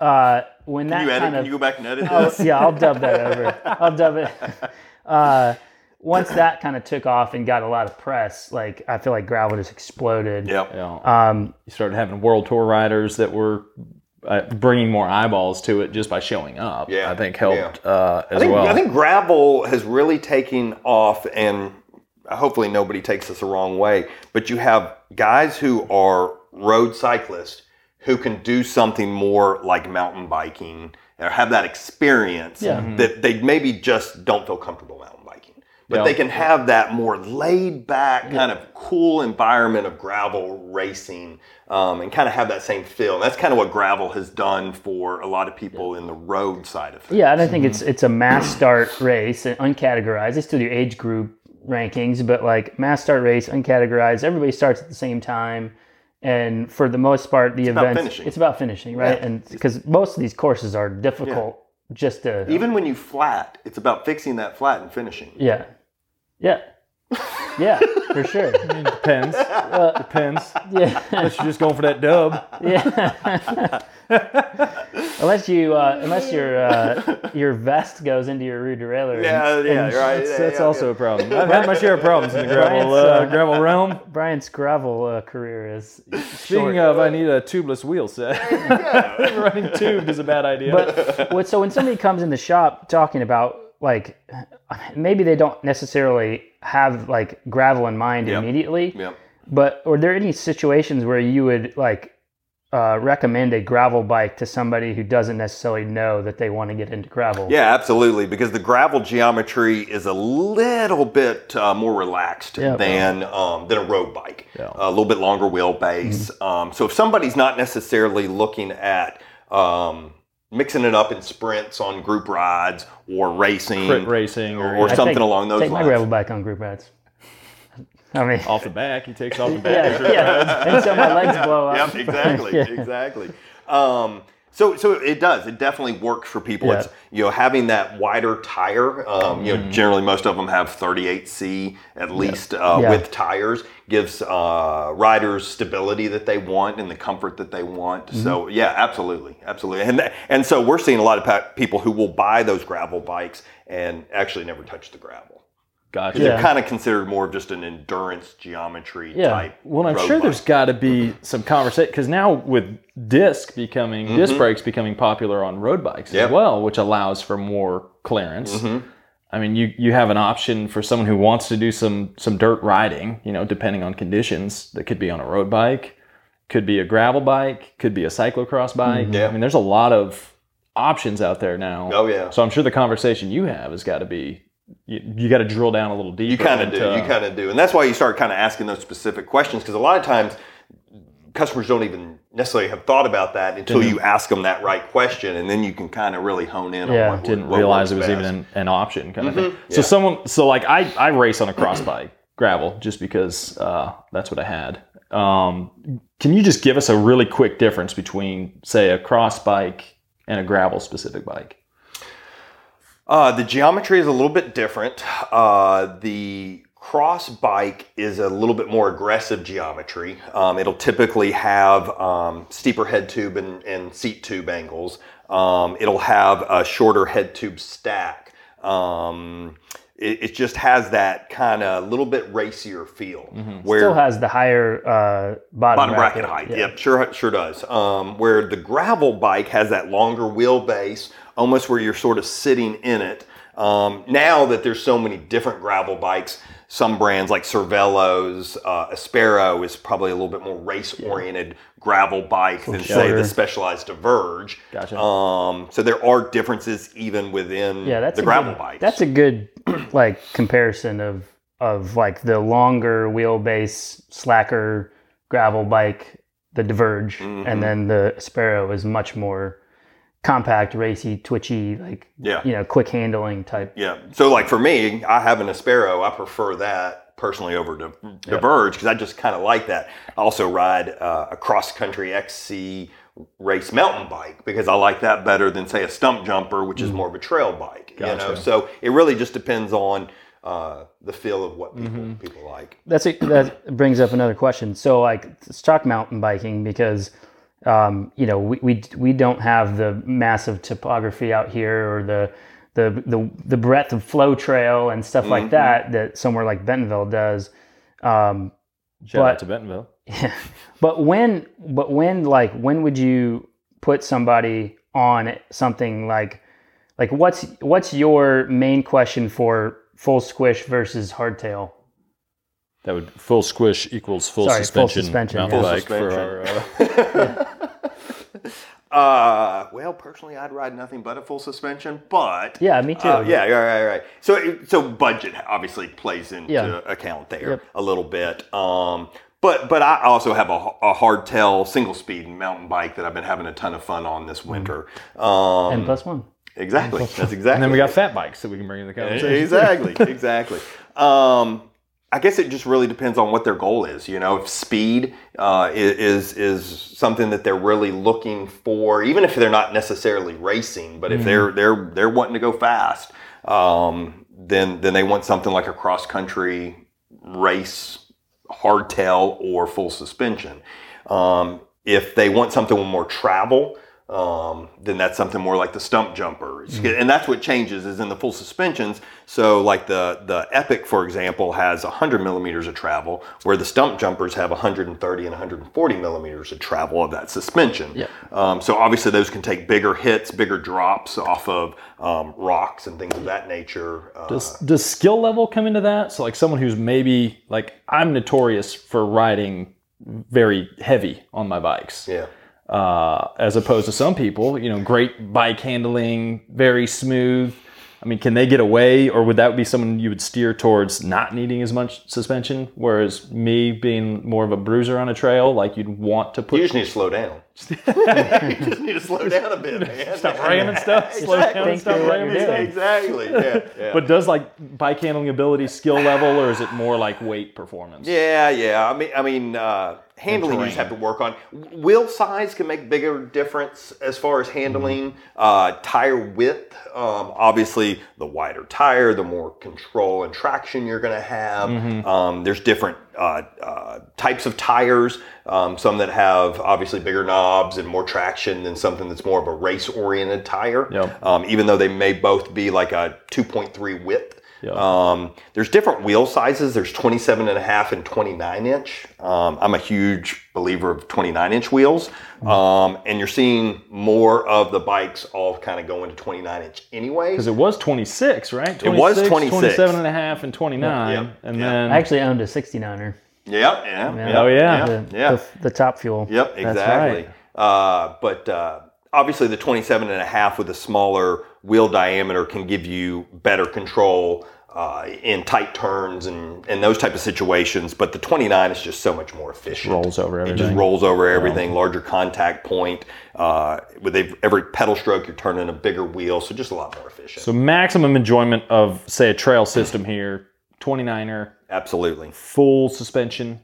Speaker 1: uh, when that
Speaker 3: Can you edit?
Speaker 1: kind of Oh,
Speaker 3: Can you go back and edit
Speaker 1: I'll-
Speaker 3: this?
Speaker 1: yeah, I'll dub that over. I'll dub it. Uh, once that kind of took off and got a lot of press, like I feel like gravel just exploded.
Speaker 3: Yep.
Speaker 2: Yeah.
Speaker 1: Um,
Speaker 2: You started having world tour riders that were uh, bringing more eyeballs to it just by showing up.
Speaker 3: Yeah.
Speaker 2: I think helped uh, as
Speaker 3: I think,
Speaker 2: well.
Speaker 3: I think gravel has really taken off, and hopefully nobody takes this the wrong way. But you have guys who are road cyclists who can do something more like mountain biking or have that experience
Speaker 1: Yeah.
Speaker 2: Mm-hmm.
Speaker 3: that they maybe just don't feel comfortable mountain biking. But
Speaker 2: Yeah.
Speaker 3: they can have that more laid back, kind of cool environment of gravel racing um, and kind of have that same feel. And that's kind of what gravel has done for a lot of people in the road side of things.
Speaker 1: yeah, and I think
Speaker 3: Mm-hmm.
Speaker 1: it's it's a mass start race and uncategorized. They still do age group rankings, but like mass start race, uncategorized. Everybody starts at the same time, and for the most part, the
Speaker 3: about
Speaker 1: events
Speaker 3: finishing.
Speaker 1: it's about finishing, right?
Speaker 3: Yeah.
Speaker 1: And because most of these courses are difficult, just to
Speaker 3: Even when you flat, it's about fixing that flat and finishing.
Speaker 1: yeah, yeah, yeah, for sure.
Speaker 2: depends.
Speaker 1: Uh,
Speaker 2: depends.
Speaker 1: yeah.
Speaker 2: Unless you're just going for that dub.
Speaker 1: Yeah. unless you, uh, unless your uh, your vest goes into your rear derailleur.
Speaker 3: Yeah, yeah, right.
Speaker 2: That's,
Speaker 3: yeah,
Speaker 2: that's
Speaker 3: yeah,
Speaker 2: also a problem. I've had my share of problems in the gravel
Speaker 1: Brian's,
Speaker 2: uh,
Speaker 1: uh,
Speaker 2: gravel realm.
Speaker 1: Brian's gravel uh, career is
Speaker 2: Speaking of, I need a tubeless wheel set. Running tubed is a bad idea.
Speaker 1: but what, so when somebody comes in the shop talking about like maybe they don't necessarily have like gravel in mind
Speaker 3: Yep.
Speaker 1: immediately
Speaker 3: yeah. Yep.
Speaker 1: but are there any situations where you would like uh, recommend a gravel bike to somebody who doesn't necessarily know that they want to get into gravel
Speaker 3: Yeah, absolutely. Because the gravel geometry is a little bit uh, more relaxed
Speaker 1: Yeah.
Speaker 3: than um, than a road bike.
Speaker 2: Yeah.
Speaker 3: A little bit longer wheelbase.
Speaker 1: Mm-hmm.
Speaker 3: Um, so if somebody's not necessarily looking at um, mixing it up in sprints on group rides or racing
Speaker 2: Crit racing or,
Speaker 3: or
Speaker 1: I
Speaker 3: something
Speaker 1: take-
Speaker 3: along those
Speaker 1: take my
Speaker 3: lines.
Speaker 1: gravel bike on group rides i mean
Speaker 2: off the back. He takes off the back.
Speaker 1: yeah, yeah. and so my legs blow up
Speaker 3: Yep, exactly,
Speaker 1: Oh, Yeah.
Speaker 3: exactly. Um, so, so it does. It definitely works for people. It's you know having that wider tire. Um, you know, generally most of them have 38C at least uh,
Speaker 1: Mm-hmm. Yeah.
Speaker 3: with tires gives uh, riders stability that they want and the comfort that they want.
Speaker 1: Mm-hmm.
Speaker 3: So, yeah, absolutely, absolutely. And that, and so we're seeing a lot of pa- people who will buy those gravel bikes and actually never touch the gravel.
Speaker 2: Gotcha.
Speaker 3: They're kind of considered more of just an endurance geometry
Speaker 1: Yeah.
Speaker 3: type.
Speaker 2: Well, I'm
Speaker 3: road
Speaker 2: sure
Speaker 3: bike.
Speaker 2: there's got to be some conversation because now with disc becoming disc brakes becoming popular on road bikes
Speaker 3: Yeah. Mm-hmm.
Speaker 2: as well, which allows for more clearance. I mean, you you have an option for someone who wants to do some some dirt riding. You know, depending on conditions, that could be on a road bike, could be a gravel bike, could be a cyclocross bike.
Speaker 3: Yeah.
Speaker 2: I mean, there's a lot of options out there now.
Speaker 3: Oh, yeah.
Speaker 2: So I'm sure the conversation you have has got to be you, you got to drill down a little deeper.
Speaker 3: You kind of
Speaker 2: into-
Speaker 3: do. You kind of do, and that's why you start kind of asking those specific questions because a lot of times customers don't even necessarily have thought about that until you ask them that right question, and then you can kind of really hone in
Speaker 1: Yeah.
Speaker 3: on what
Speaker 2: didn't
Speaker 3: what
Speaker 2: realize it was
Speaker 3: works
Speaker 2: even
Speaker 3: best. Mm-hmm.
Speaker 2: an, an option kind of thing. So someone, so like I, I race on a cross bike gravel just because uh, that's what I had. Um, can you just give us a really quick difference between say a cross bike and a gravel specific bike?
Speaker 3: Uh, the geometry is a little bit different. Uh, the cross bike is a little bit more aggressive geometry. Um, it'll typically have um, steeper head tube and, and seat tube angles. Um, it'll have a shorter head tube stack. Um, it, it just has that kind of little bit racier feel. Where
Speaker 1: still has the higher uh, bottom,
Speaker 3: bottom bracket, height. Yep, sure, sure does. Um, where the gravel bike has that longer wheelbase, almost where you're sort of sitting in it. Um, now that there's so many different gravel bikes, some brands like Cervelo's, uh, Aspero is probably a little bit more race-oriented gravel bike than say the
Speaker 1: Sure.
Speaker 3: Specialized Diverge.
Speaker 2: Gotcha.
Speaker 3: Um, so there are differences even within
Speaker 1: yeah that's
Speaker 3: the
Speaker 1: a
Speaker 3: gravel
Speaker 1: good,
Speaker 3: bikes.
Speaker 1: that's a good like comparison of of like the longer wheelbase slacker gravel bike the diverge
Speaker 3: Mhm.
Speaker 1: and then the sparrow is much more compact racy twitchy like
Speaker 3: yeah.
Speaker 1: you know quick handling type
Speaker 3: Yeah. So like for me, I have an Aspero. I prefer that personally over Di- Diverge because I just kind of like that. I also ride uh, a cross country XC race mountain bike because I like that better than say a stump jumper, which is more of a trail bike. You know,
Speaker 2: Gotcha.
Speaker 3: so it really just depends on uh, the feel of what people people like.
Speaker 1: that's it that brings up another question so like let's talk mountain biking because um, you know we, we we don't have the massive topography out here or the the the the breadth of flow trail and stuff like
Speaker 3: Mhm.
Speaker 1: that that somewhere like Bentonville does. Um,
Speaker 2: Shout
Speaker 1: But-
Speaker 2: out to Bentonville.
Speaker 1: but when but when like when would you put somebody on something like like what's what's your main question for full squish versus hardtail?
Speaker 2: That would full squish equals full
Speaker 1: Sorry, full
Speaker 2: suspension.
Speaker 1: suspension,
Speaker 2: mountain
Speaker 1: yeah.
Speaker 2: bike for our, uh,
Speaker 3: uh, well, personally, I'd ride nothing but a full suspension, but
Speaker 1: Yeah, me too.
Speaker 2: Um,
Speaker 3: Uh, yeah, yeah, right, right. So, it- so budget obviously plays into
Speaker 1: Yeah.
Speaker 3: account there
Speaker 1: Yep.
Speaker 3: a little bit. Um, but but I also have a, h- a hardtail single speed mountain bike that I've been having a ton of fun on this winter. Um,
Speaker 1: N plus one.
Speaker 3: exactly, that's exactly.
Speaker 2: Mm-hmm. and then we got fat bikes that we can bring in the conversation.
Speaker 3: exactly, exactly. Um, I guess it just really depends on what their goal is. You know, if speed uh, i- is is something that they're really looking for, even if they're not necessarily racing, but if they're they're they're wanting to go fast, um, then then they want something like a cross country race hardtail or full suspension. Um, if they want something with more travel, um, then that's something more like the stump jumper, It's good- and that's what changes is in the full suspensions. So, like the the Epic, for example, has 100 millimeters of travel, where the stump jumpers have 130 and 140 millimeters of travel of that suspension. Um, so obviously, those can take bigger hits, bigger drops off of um, rocks and things of that nature. Uh,
Speaker 2: Does, does skill level come into that? So like someone who's maybe like I'm notorious for riding very heavy on my bikes.
Speaker 3: yeah.
Speaker 2: uh, as opposed to some people, you know, great bike handling, very smooth. I mean, can they get away, or would that be someone you would steer towards not needing as much suspension? Whereas me being more of a bruiser on a trail, like you'd want to
Speaker 3: You
Speaker 2: put
Speaker 3: just need to slow down. you just need to slow down a bit, man.
Speaker 2: stop ramming stuff, slow down,
Speaker 1: Think
Speaker 2: and stop
Speaker 1: through what
Speaker 2: ramming
Speaker 1: you're
Speaker 2: stuff.
Speaker 1: doing.
Speaker 3: Exactly. Yeah. yeah.
Speaker 2: But does like bike handling ability, skill level, or is it more like weight performance?
Speaker 3: Yeah, yeah. I mean, I mean, uh, handling you just have to work on. Wheel size can make bigger difference as far as
Speaker 2: Mm-hmm.
Speaker 3: handling. Uh, tire width, um, obviously, the wider tire, the more control and traction you're going to have.
Speaker 2: Mm-hmm.
Speaker 3: Um, there's different uh, uh, types of tires. Um, some that have obviously bigger knobs and more traction than something that's more of a race-oriented tire.
Speaker 2: Yep.
Speaker 3: Um, even though they may both be like a 2.3 width.
Speaker 2: Yeah.
Speaker 3: Um, there's different wheel sizes. There's 27 and a half and 29 inch. Um, I'm a huge believer of 29 inch wheels. Um, and you're seeing more of the bikes all kind of go into 29 inch anyway.
Speaker 2: Because it was 26, right?
Speaker 3: It was 26.
Speaker 2: 27 and a half and 29.
Speaker 3: Yeah.
Speaker 2: And
Speaker 3: Yeah.
Speaker 2: then
Speaker 1: I actually owned a 69er.
Speaker 3: Yep. Yeah.
Speaker 1: Yeah.
Speaker 3: yep,
Speaker 2: Oh, yeah.
Speaker 1: the,
Speaker 3: yeah.
Speaker 1: the, the top fuel.
Speaker 3: Yep,
Speaker 1: That's
Speaker 3: exactly. Uh, but uh, obviously, the 27 and a half with a smaller wheel diameter can give you better control uh, in tight turns and, and those type of situations. But the 29 is just so much more efficient.
Speaker 2: rolls over
Speaker 3: It
Speaker 2: everything.
Speaker 3: just rolls over everything, larger contact point. Uh, with ev- every pedal stroke, you're turning a bigger wheel, so just a lot more efficient.
Speaker 2: So maximum enjoyment of say a trail system here, 29er,
Speaker 3: Absolutely.
Speaker 2: full suspension.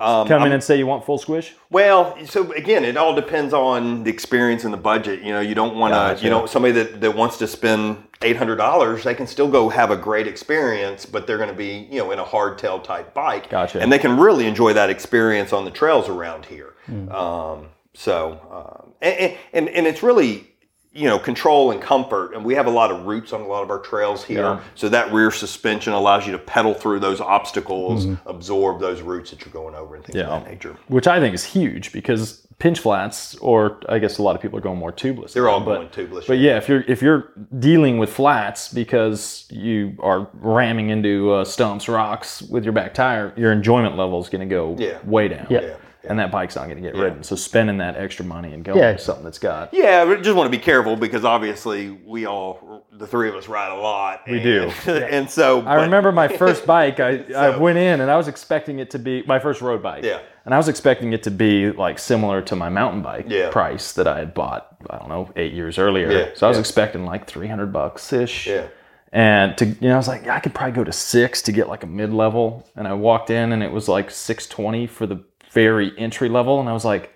Speaker 3: Um,
Speaker 2: Come in and say you want full squish.
Speaker 3: Well, so again, it all depends on the experience and the budget. You know, you don't want to, you know, somebody that, that wants to spend eight hundred dollars, they can still go have a great experience, but they're going to be, you know, in a hardtail type bike,
Speaker 2: Gotcha.
Speaker 3: and they can really enjoy that experience on the trails around here.
Speaker 2: Hmm.
Speaker 3: Um, so, um, and, and and it's really, you know, control and comfort, and we have a lot of roots on a lot of our trails here. So that rear suspension allows you to pedal through those obstacles, absorb those roots that you're going over, and things
Speaker 2: Mm-hmm. Yeah.
Speaker 3: of that nature.
Speaker 2: Which I think is huge because pinch flats, or I guess a lot of people are going more tubeless.
Speaker 3: They're all
Speaker 2: now, but,
Speaker 3: going tubeless.
Speaker 2: But yeah, if you're if you're dealing with flats because you are ramming into uh, stumps, rocks with your back tire, your enjoyment level is going to go
Speaker 3: Yeah.
Speaker 2: way down.
Speaker 1: Yeah. Yeah,
Speaker 2: And that bike's not going to get ridden. So spending that extra money and going
Speaker 1: Yeah.
Speaker 2: to something that's got
Speaker 3: Yeah, we just want to be careful because obviously we all, the three of us, ride a lot. We
Speaker 2: do.
Speaker 3: and so
Speaker 2: I
Speaker 3: but-
Speaker 2: remember my first bike. I, I went in and I was expecting it to be my first road bike.
Speaker 3: Yeah.
Speaker 2: And I was expecting it to be like similar to my mountain bike
Speaker 3: Yeah.
Speaker 2: price that I had bought. I don't know eight years earlier.
Speaker 3: Yeah,
Speaker 2: So I was
Speaker 3: yeah.
Speaker 2: expecting like three hundred bucks ish.
Speaker 3: Yeah.
Speaker 2: And to you know, I was like, I could probably go to six to get like a mid level. And I walked in and it was like six twenty for the very entry level. And I was like,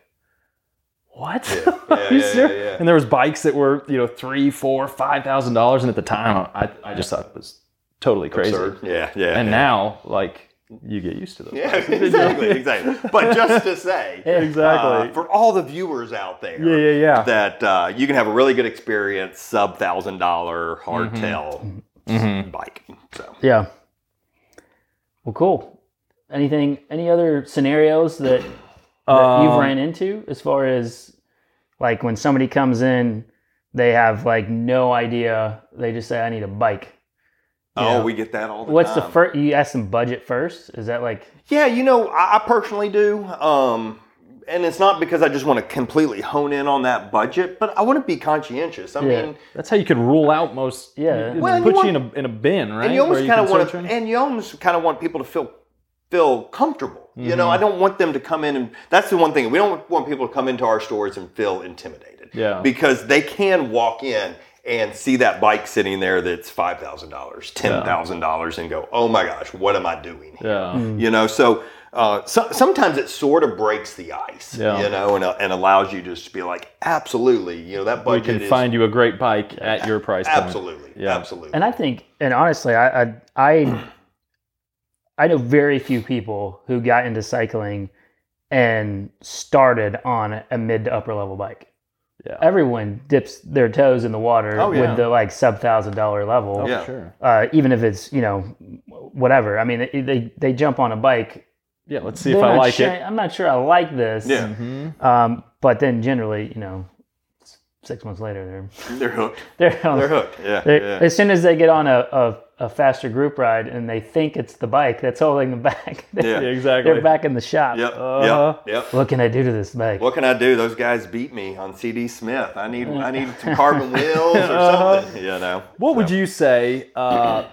Speaker 2: what?
Speaker 3: Yeah, yeah,
Speaker 2: Are you
Speaker 3: yeah, yeah,
Speaker 2: serious?
Speaker 3: yeah.
Speaker 2: And there was bikes that were you know three, four, five thousand dollars. And at the time, I I just thought it was totally crazy.
Speaker 3: Absurd. Yeah, yeah.
Speaker 2: And now, like, you get used to those.
Speaker 3: Yeah, exactly, exactly. But just to say,
Speaker 2: Exactly.
Speaker 3: uh, for all the viewers out there,
Speaker 2: yeah, yeah, yeah.
Speaker 3: that uh, you can have a really good experience sub thousand dollar
Speaker 2: Mm-hmm.
Speaker 3: hardtail
Speaker 2: Mhm.
Speaker 3: bike. So
Speaker 1: Yeah. Well, cool. Anything? Any other scenarios that, that you've
Speaker 2: Um,
Speaker 1: ran into as far as like when somebody comes in, they have like no idea. They just say, "I need a bike." Yeah.
Speaker 3: oh, we Um, get that all the
Speaker 1: What's
Speaker 3: time.
Speaker 1: the first? You ask them budget first. Is that like?
Speaker 3: Yeah, you know, I, I personally do. Um, and it's not because I just want to completely hone in on that budget, but I want to be conscientious. I
Speaker 1: Yeah.
Speaker 3: mean,
Speaker 2: That's how you could rule out most.
Speaker 1: Yeah.
Speaker 2: it
Speaker 3: Well, and
Speaker 2: put
Speaker 3: you
Speaker 2: you, in a in a bin, right?
Speaker 3: and you almost kind of want to,
Speaker 2: to.
Speaker 3: and you almost kind of want people to feel feel comfortable. You know, I don't want them to come in and that's the one thing we don't want people to come into our stores and feel intimidated.
Speaker 2: Yeah.
Speaker 3: because they can walk in and see that bike sitting there that's five thousand dollars, ten thousand dollars, and go, "Oh my gosh, what am I doing?" here?"
Speaker 2: Yeah.
Speaker 1: hmm.
Speaker 3: You know, so. Uh, so, sometimes it sort of breaks the ice,
Speaker 2: Yeah.
Speaker 3: you know, and, and allows you just to be like, absolutely, you know, that
Speaker 2: We
Speaker 3: budget
Speaker 2: can
Speaker 3: is
Speaker 2: find you a great bike at your price point.
Speaker 3: absolutely,
Speaker 2: Yeah.
Speaker 3: absolutely.
Speaker 1: And I think, and honestly, I, I, I, I know very few people who got into cycling and started on a mid to upper level bike.
Speaker 2: Yeah.
Speaker 1: Everyone dips their toes in the water
Speaker 3: Oh, yeah.
Speaker 1: with the like sub thousand dollar level,
Speaker 2: Oh,
Speaker 3: Yeah.
Speaker 2: sure.
Speaker 1: uh, even if it's you know whatever. I mean, they they, they jump on a bike.
Speaker 2: Yeah. Let's see
Speaker 1: They're
Speaker 2: if I
Speaker 1: not
Speaker 2: like
Speaker 1: sure-
Speaker 2: it.
Speaker 1: I'm not sure I like this.
Speaker 3: Yeah.
Speaker 2: Mhm.
Speaker 1: Um, but then generally, you know, s- six months later,
Speaker 3: they're hooked.
Speaker 1: they're they're on
Speaker 3: They're hooked. Yeah.
Speaker 1: They,
Speaker 3: yeah.
Speaker 1: As soon as they get on a, a, a faster group ride and they think it's the bike that's holding them back,
Speaker 2: Yeah,
Speaker 1: they're,
Speaker 2: exactly.
Speaker 1: back in the shop.
Speaker 3: Yep.
Speaker 2: Uh-huh.
Speaker 3: yep. Yep.
Speaker 1: What can I do to this bike?
Speaker 3: What can I do? Those guys beat me on CD Smith. I need I need some carbon wheels or
Speaker 2: Uh-huh.
Speaker 3: something. You know.
Speaker 2: What would you say uh,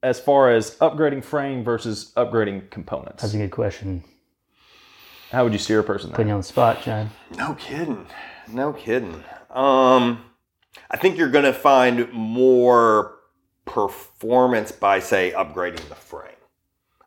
Speaker 2: as far as upgrading frame versus upgrading
Speaker 1: That's
Speaker 2: components?
Speaker 1: a good question.
Speaker 2: How would you steer a person
Speaker 1: Putting
Speaker 2: there?
Speaker 1: you on the spot, John.
Speaker 3: No kidding. No kidding. Um, I think you're gonna find more performance by say upgrading the frame.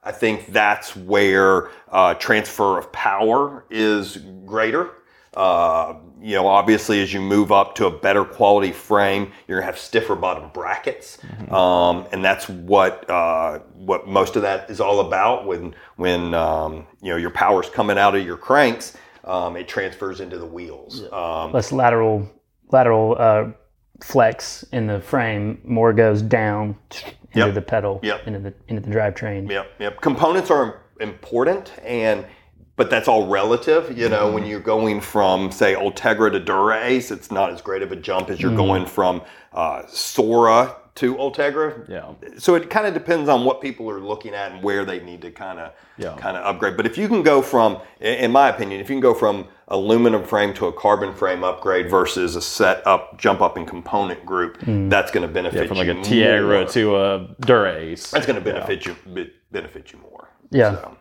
Speaker 3: I think that's where uh, transfer of power is greater. Uh, you know, obviously, as you move up to a better quality frame, you're gonna have stiffer bottom brackets, um, and that's what uh, what most of that is all about. When when um, you know your power's coming out of your cranks, um, it transfers into the wheels. Um,
Speaker 1: Less lateral lateral uh, flex in the frame, more goes down into
Speaker 3: Yep.
Speaker 1: the pedal,
Speaker 3: Yep.
Speaker 1: into the into the drivetrain.
Speaker 3: Yep, yep. Components are im- important, and but that's all relative. You know,
Speaker 2: Mm-hmm.
Speaker 3: when you're going from say Ultegra to Durace, it's not as great of a jump as
Speaker 2: Mm-hmm.
Speaker 3: you're going from uh, Sora to Ultegra.
Speaker 2: Yeah.
Speaker 3: So it kind of depends on what people are looking at and where they need to kind of
Speaker 2: Yeah.
Speaker 3: kind of upgrade. But if you can go from, i- in my opinion, if you can go from aluminum frame to a carbon frame upgrade versus a set up jump up and component group, that's going to benefit
Speaker 2: Mm. Yeah, from like
Speaker 3: you
Speaker 2: a
Speaker 3: more.
Speaker 2: Tiagra to a Durace.
Speaker 3: That's going to benefit you be- benefit you more.
Speaker 1: Yeah.
Speaker 3: So.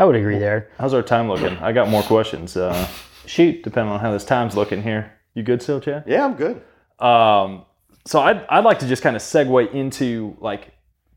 Speaker 1: I would agree there.
Speaker 2: How's our time looking? I got more questions. Uh,
Speaker 1: Shoot.
Speaker 2: depending on how this time's looking here. You good still, Chad?
Speaker 3: Yeah, I'm good.
Speaker 2: Um, so I'd, I'd like to just kind of segue into like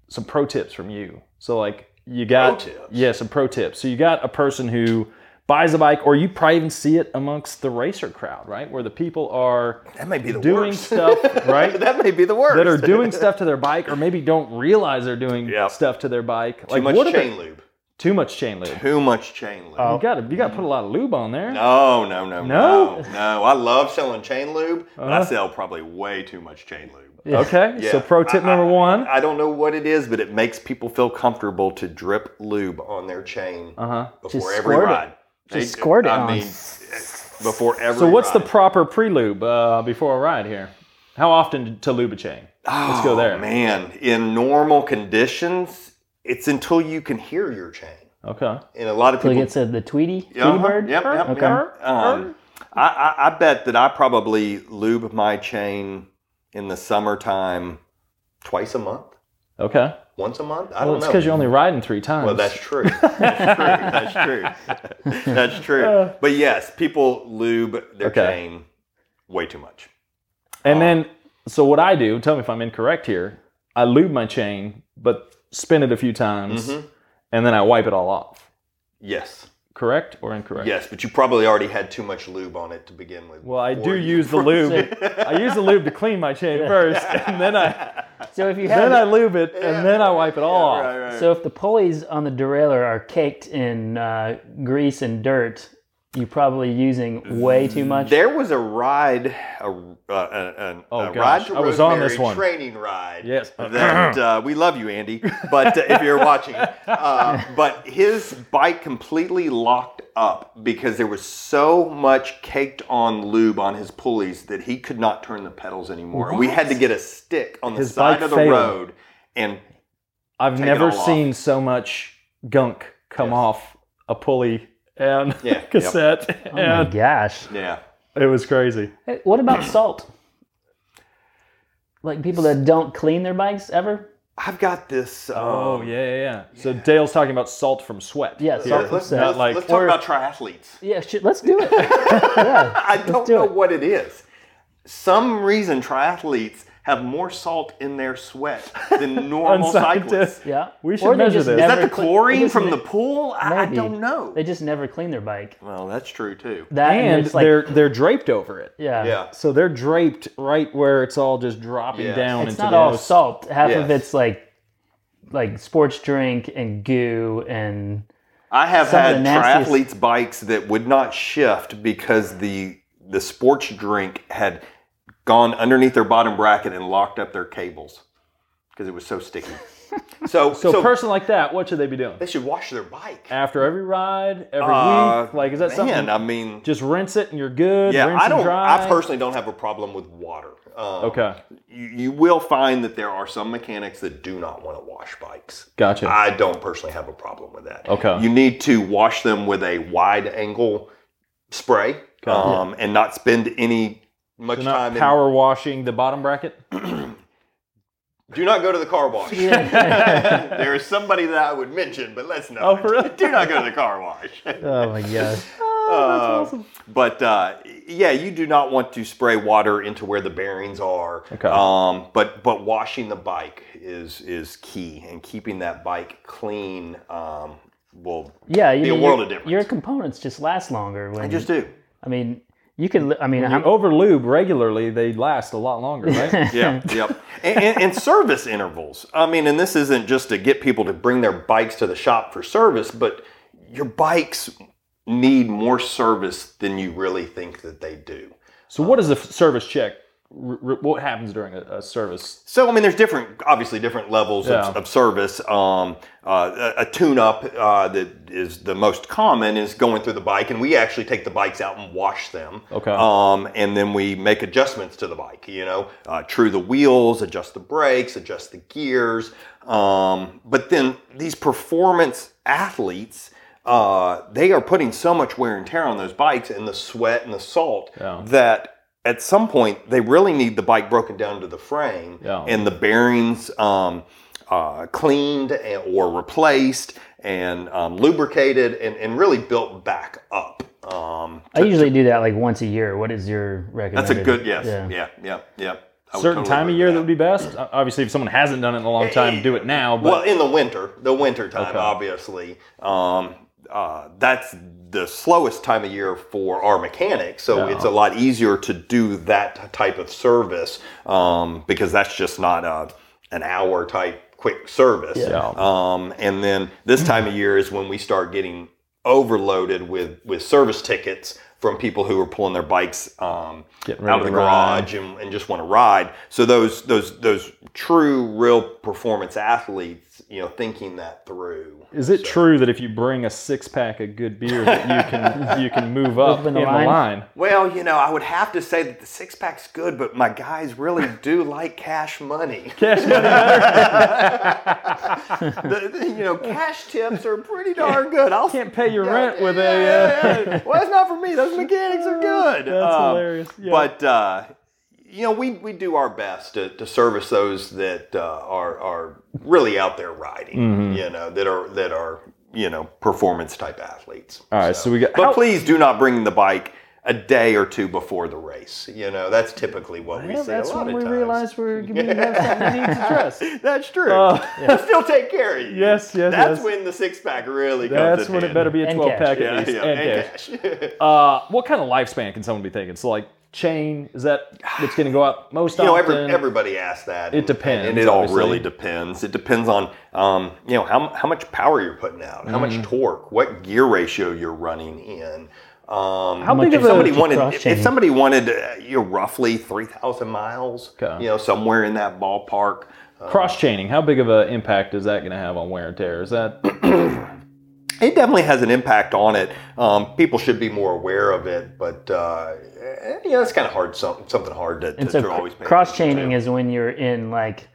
Speaker 2: some pro tips from you. So like you got
Speaker 3: Pro tips?
Speaker 2: yeah some pro tips. So you got a person who buys a bike, or you probably even see it amongst the racer crowd, right? Where the people are
Speaker 3: That may be the
Speaker 2: doing
Speaker 3: worst.
Speaker 2: stuff right
Speaker 3: that may be the worst.
Speaker 2: that are doing stuff to their bike, or maybe don't realize they're doing
Speaker 3: Yep.
Speaker 2: stuff to their bike.
Speaker 3: too much
Speaker 2: what are Oh. the-
Speaker 3: chain lube.
Speaker 2: Too much chain lube.
Speaker 3: Too much chain lube.
Speaker 2: You got to you got to put a lot of lube on there.
Speaker 3: No, no, no,
Speaker 2: No?
Speaker 3: no, no. I love selling chain lube, but I sell probably way too much chain lube.
Speaker 2: Okay,
Speaker 3: Yeah.
Speaker 2: so pro tip number one.
Speaker 3: I don't know what it is, but it makes people feel comfortable to drip lube on their chain
Speaker 2: Uh huh.
Speaker 3: before
Speaker 1: Just
Speaker 3: every
Speaker 1: squirt it.
Speaker 3: ride.
Speaker 1: Just squirt it
Speaker 3: I
Speaker 1: on.
Speaker 3: mean, before every.
Speaker 2: So what's the
Speaker 3: ride.
Speaker 2: proper pre-lube uh, before a ride here? How often to lube a chain? Let's go
Speaker 3: Oh,
Speaker 2: there.
Speaker 3: man, in normal conditions, it's until you can hear your chain,
Speaker 2: Okay.
Speaker 3: and a lot of
Speaker 1: Till
Speaker 3: people
Speaker 1: you get to the Tweety, Tweety
Speaker 3: Uh-huh.
Speaker 1: bird.
Speaker 3: Yep, yep,
Speaker 1: Okay.
Speaker 3: yep. Um, I, I, I bet that I probably lube my chain in the summertime twice a month,
Speaker 2: Okay.
Speaker 3: once a month.
Speaker 2: Well,
Speaker 3: I don't
Speaker 2: it's
Speaker 3: know.
Speaker 2: because you're only riding three times.
Speaker 3: well, that's true. That's true. That's true. That's true. But yes, people lube their
Speaker 2: Uh. Okay.
Speaker 3: chain way too much.
Speaker 2: and then, so what I do? Tell me if I'm incorrect here. I lube my chain, but spin it a few times,
Speaker 3: Mm-hmm.
Speaker 2: and then I wipe it all off.
Speaker 3: Yes.
Speaker 2: Correct or incorrect?
Speaker 3: Yes, but you probably already had too much lube on it to begin with.
Speaker 2: Well, I
Speaker 3: before
Speaker 2: do
Speaker 3: you-
Speaker 2: use the lube. I use the lube to clean my chain first, and then I
Speaker 1: So if you
Speaker 2: then I
Speaker 1: have,
Speaker 2: lube it and then I wipe it all off.
Speaker 3: Right, right.
Speaker 1: so if the pulleys on the derailleur are caked in uh, grease and dirt, you're probably using way
Speaker 2: Mm,
Speaker 1: too much.
Speaker 3: There was a ride, a, uh, a, an-
Speaker 2: Oh,
Speaker 3: a ride
Speaker 2: gosh.
Speaker 3: to
Speaker 2: I was on
Speaker 3: Rosemary
Speaker 2: this one.
Speaker 3: training ride.
Speaker 2: Yes.
Speaker 3: That, uh, we love you, Andy, but uh, if you're watching, uh, but his bike completely locked up because there was so much caked on lube on his pulleys that he could not turn the pedals anymore. We had to get a stick on the
Speaker 2: His
Speaker 3: side
Speaker 2: bike
Speaker 3: of the
Speaker 2: failed.
Speaker 3: road and
Speaker 2: I've
Speaker 3: Take it
Speaker 2: never
Speaker 3: all off.
Speaker 2: seen so much gunk come
Speaker 3: Yes.
Speaker 2: off a pulley and
Speaker 3: Yeah, yep.
Speaker 2: cassette,
Speaker 1: oh my
Speaker 2: and
Speaker 1: gosh!
Speaker 3: yeah.
Speaker 2: it was crazy.
Speaker 1: Hey, what about salt? Like people that don't clean their bikes ever?
Speaker 3: I've got this. Um,
Speaker 2: Oh yeah, yeah, yeah. So Dale's talking about salt from sweat.
Speaker 1: Yeah,
Speaker 3: yeah,
Speaker 1: salt
Speaker 3: let's,
Speaker 1: from
Speaker 3: let's,
Speaker 1: salt.
Speaker 2: Not like-
Speaker 3: let's talk
Speaker 1: or-
Speaker 3: about triathletes.
Speaker 1: Yeah, shit, let's do it. yeah.
Speaker 3: I don't
Speaker 1: do
Speaker 3: know
Speaker 1: it.
Speaker 3: what it is. Some reason triathletes have more salt in their sweat than normal cyclists.
Speaker 2: Unscientific.
Speaker 3: Is
Speaker 1: Yeah.
Speaker 2: We
Speaker 1: Or
Speaker 2: should
Speaker 1: they
Speaker 2: measure
Speaker 1: just
Speaker 2: this. Is
Speaker 1: never
Speaker 3: that the
Speaker 1: clean- they
Speaker 3: chlorine
Speaker 1: just
Speaker 3: from
Speaker 1: ne-
Speaker 3: the pool? I, I
Speaker 1: maybe.
Speaker 3: don't know.
Speaker 1: They just never clean their bike.
Speaker 3: well, that's true too.
Speaker 1: That and,
Speaker 2: And
Speaker 1: it's like
Speaker 2: they're they're draped over it.
Speaker 1: yeah.
Speaker 3: Yeah.
Speaker 2: So they're draped right where it's all just dropping
Speaker 3: Yeah.
Speaker 2: down
Speaker 1: It's
Speaker 2: into
Speaker 1: not all
Speaker 2: those-
Speaker 1: salt. Half of
Speaker 3: Yes.
Speaker 1: it's like like sports drink and goo and
Speaker 3: I have
Speaker 1: Some of the
Speaker 3: had
Speaker 1: nastiest-
Speaker 3: triathletes' bikes that would not shift because the the sports drink had gone underneath their bottom bracket and locked up their cables because it was so sticky. so,
Speaker 2: So,
Speaker 3: so,
Speaker 2: a person like that, what should they be doing?
Speaker 3: they should wash their bike.
Speaker 2: After every ride, every
Speaker 3: Uh,
Speaker 2: week, like is that
Speaker 3: Man,
Speaker 2: something?
Speaker 3: I mean,
Speaker 2: just rinse it and you're good.
Speaker 3: yeah,
Speaker 2: rinse
Speaker 3: I don't.
Speaker 2: And dry.
Speaker 3: I personally don't have a problem with water. Um,
Speaker 2: Okay,
Speaker 3: you, you will find that there are some mechanics that do not want to wash bikes.
Speaker 2: gotcha.
Speaker 3: I don't personally have a problem with that.
Speaker 2: Okay.
Speaker 3: You need to wash them with a wide angle spray um, and not spend any much
Speaker 2: You're not
Speaker 3: time in-
Speaker 2: power washing the bottom bracket.
Speaker 3: do not go to the car wash. there is somebody that I would mention, but let's not.
Speaker 2: Oh, for real?
Speaker 3: do not go to the car wash.
Speaker 1: oh my gosh. Oh,
Speaker 3: Uh, But uh, yeah, you do not want to spray water into where the bearings are.
Speaker 2: Okay.
Speaker 3: Um, but but washing the bike is is key, and keeping that bike clean um, will.
Speaker 1: Yeah, you
Speaker 3: Be a
Speaker 1: mean,
Speaker 3: world
Speaker 1: your,
Speaker 3: of difference.
Speaker 1: Your components just last longer when
Speaker 3: I just do.
Speaker 1: I mean you could li- I mean
Speaker 2: You
Speaker 1: I'm,
Speaker 2: over lube regularly, they last a lot longer, right?
Speaker 3: Yeah, yep. And, and, and service intervals. I mean, and this isn't just to get people to bring their bikes to the shop for service, but your bikes need more service than you really think that they do.
Speaker 2: so, what is a f- service check? R- r- what happens during a, a service?
Speaker 3: So I mean, there's different, obviously different levels of,
Speaker 2: Yeah.
Speaker 3: of service. Um, uh, a, a tune-up uh, that is the most common is going through the bike, and we actually take the bikes out and wash them.
Speaker 2: Okay.
Speaker 3: Um, and then we make adjustments to the bike. You know, uh, true the wheels, adjust the brakes, adjust the gears. Um, but then these performance athletes. Uh, they are putting so much wear and tear on those bikes and the sweat and the salt
Speaker 2: Yeah.
Speaker 3: that at some point they really need the bike broken down to the frame
Speaker 2: Yeah.
Speaker 3: and the bearings um, uh, cleaned and, or replaced and um, lubricated and, and really built back up. Um,
Speaker 1: I usually do that like once a year. What is your recommendation?
Speaker 3: that's a good yes.
Speaker 1: Yeah.
Speaker 3: Yeah, yeah, yeah. I would
Speaker 2: Certain
Speaker 3: totally
Speaker 2: time of
Speaker 3: agree
Speaker 2: year
Speaker 3: with
Speaker 2: that would be best. O- Obviously, if someone hasn't done it in a long time, do it now. But
Speaker 3: well in the winter, the winter time, obviously. Um, uh, that's the slowest time of year for our mechanics, so it's a lot easier to do that t- type of service um, because that's just not a, an hour type quick service.
Speaker 2: Yeah.
Speaker 3: Um, and then this time of year is when we start getting overloaded with with service tickets from people who are pulling their bikes um,
Speaker 2: Getting ready
Speaker 3: out of
Speaker 2: to
Speaker 3: the
Speaker 2: ride.
Speaker 3: garage and, and just want to ride. So those those those true real performance athletes, you know, thinking that through.
Speaker 2: is it true that if you bring a six pack of good beer, that you can you can move up
Speaker 1: Open
Speaker 2: in
Speaker 1: the
Speaker 2: the
Speaker 1: line?
Speaker 2: line?
Speaker 3: Well, you know, I would have to say that the six pack's good, but my guys really do like cash money.
Speaker 2: Cash money.
Speaker 3: The- the- you know, cash tips are pretty darn good. I'll
Speaker 2: Can't pay your rent with a. Uh,
Speaker 3: Yeah, yeah. well, that's not for me. Those mechanics are good.
Speaker 2: that's
Speaker 3: Um,
Speaker 2: hilarious. Yeah.
Speaker 3: But uh, you know, we, we do our best to, to service those that uh, are are really out there riding.
Speaker 2: Mm-hmm.
Speaker 3: You know, that are that are you know performance type athletes.
Speaker 2: all right, so, we got.
Speaker 3: But please do not bring the bike a day or two before the race. You know, that's typically what we
Speaker 2: Yeah,
Speaker 3: see a
Speaker 2: that's
Speaker 3: lot
Speaker 2: when
Speaker 3: of
Speaker 2: we
Speaker 3: times.
Speaker 2: realize we're we have something we need to address.
Speaker 3: that's true. We'll still take care of you.
Speaker 2: Yes, yes,
Speaker 3: That's
Speaker 2: yes.
Speaker 3: when the six pack really comes.
Speaker 2: That's
Speaker 3: in
Speaker 2: when it
Speaker 3: handy.
Speaker 2: better be a
Speaker 1: And
Speaker 2: twelve pack at
Speaker 1: cash.
Speaker 3: Yeah,
Speaker 2: least.
Speaker 3: yeah,
Speaker 2: and
Speaker 3: and
Speaker 2: cash.
Speaker 3: cash.
Speaker 2: Uh, what kind of lifespan can someone be thinking? So, like, chain is that that's going to go up most
Speaker 3: you know,
Speaker 2: often?
Speaker 3: every, everybody asks that.
Speaker 2: It
Speaker 3: and-
Speaker 2: depends,
Speaker 3: and it all
Speaker 2: obviously.
Speaker 3: really depends. It depends on, um, you know, how, how much power you're putting out, how
Speaker 2: Mm-hmm.
Speaker 3: much torque, what gear ratio you're running in. Um,
Speaker 1: How big
Speaker 3: if
Speaker 1: of a
Speaker 3: somebody
Speaker 1: cross
Speaker 3: wanted, if,
Speaker 1: chain?
Speaker 3: if somebody wanted, uh, you know, roughly three thousand miles,
Speaker 2: Okay.
Speaker 3: you know, somewhere in that ballpark. Uh,
Speaker 2: Cross chaining, how big of an impact is that going to have on wear and tear? Is that
Speaker 3: it definitely has an impact on it. Um, people should be more aware of it, but uh, eh, you know, it's kind of hard. Some, something hard to, to,
Speaker 1: And so
Speaker 3: to always pay
Speaker 1: cross
Speaker 3: attention
Speaker 1: chaining is when you're in like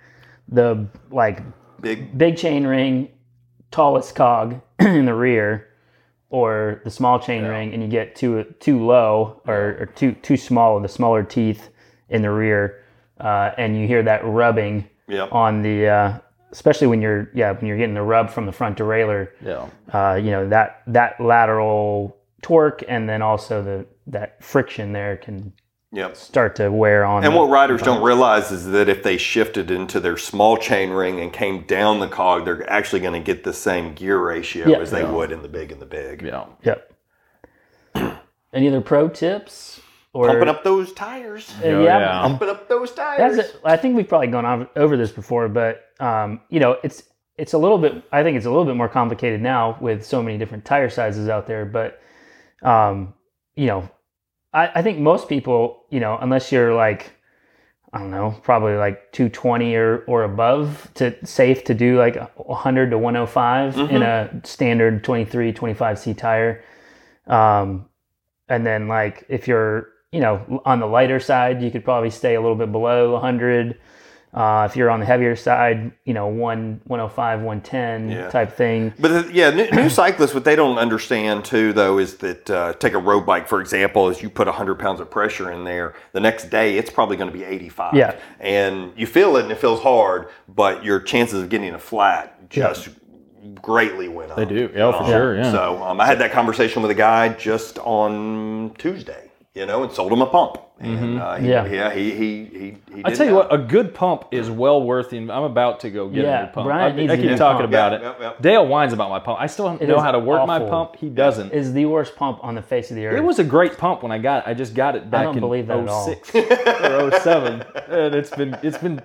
Speaker 1: the like
Speaker 3: to. big.
Speaker 1: big chain ring, tallest cog in the rear, or the small chain ring, and you get too too low or, or too too small, the smaller teeth in the rear, uh, and you hear that rubbing
Speaker 3: Yeah.
Speaker 1: on the, uh, especially when you're yeah when you're getting the rub from the front derailleur,
Speaker 2: yeah?
Speaker 1: uh, you know that that lateral torque and then also the that friction there can
Speaker 3: Yep.
Speaker 1: start to wear on.
Speaker 3: And
Speaker 1: the-
Speaker 3: what riders
Speaker 1: uh,
Speaker 3: don't realize is that if they shifted into their small chain ring and came down the cog, they're actually going to get the same gear ratio
Speaker 1: Yeah.
Speaker 3: as they would in the big and the big.
Speaker 2: Yeah.
Speaker 1: Yep. Any other pro tips or
Speaker 3: Pumping up those tires.
Speaker 1: Uh,
Speaker 2: Oh,
Speaker 1: yeah.
Speaker 2: yeah.
Speaker 3: Pumping up those tires.
Speaker 1: That's it. I think we've probably gone ov- over this before, but um, you know, it's it's a little bit. I think it's a little bit more complicated now with so many different tire sizes out there. But um, you know, I, I think most people, you know, unless you're like, I don't know, probably like 220 or or above, to safe to do like 100 to 105 in a standard 23, 25 c tire. Um, and then like if you're you know on the lighter side, you could probably stay a little bit below 100. Uh, if you're on the heavier side, you know, one 105, 110
Speaker 3: Yeah.
Speaker 1: type thing.
Speaker 3: But the, yeah, new, new cyclists, what they don't understand too, though, is that uh, take a road bike for example. Is you put 100 pounds of pressure in there, the next day it's probably going to be 85.
Speaker 1: Yeah.
Speaker 3: and you feel it and it feels hard, but your chances of getting a flat just greatly went up.
Speaker 2: They do. Yeah, for sure, yeah.
Speaker 3: Oh, So um, I had that conversation with a guy just on Tuesday, you know, and sold him a pump. And uh,
Speaker 1: Mm-hmm.
Speaker 3: he,
Speaker 1: Yeah.
Speaker 3: yeah, he he he. he
Speaker 2: I
Speaker 3: did
Speaker 2: tell you
Speaker 3: that.
Speaker 2: what, a good pump is well worth the. I'm about to go get
Speaker 1: Yeah,
Speaker 2: a new pump.
Speaker 1: Brian
Speaker 2: I,
Speaker 1: needs
Speaker 2: I
Speaker 1: a
Speaker 2: keep
Speaker 1: new
Speaker 2: talking
Speaker 1: pump.
Speaker 2: about
Speaker 3: Yeah,
Speaker 2: it.
Speaker 3: yep, yep.
Speaker 2: Dale whines about my pump. I still don't know
Speaker 1: is
Speaker 2: how to work my
Speaker 1: awful.
Speaker 2: pump. He doesn't.
Speaker 1: Is the worst pump on the face of the earth.
Speaker 2: It was a great pump when I got. It. I just got it back
Speaker 1: don't
Speaker 2: in
Speaker 1: believe that at all.
Speaker 2: 06 or 07. and it's been it's been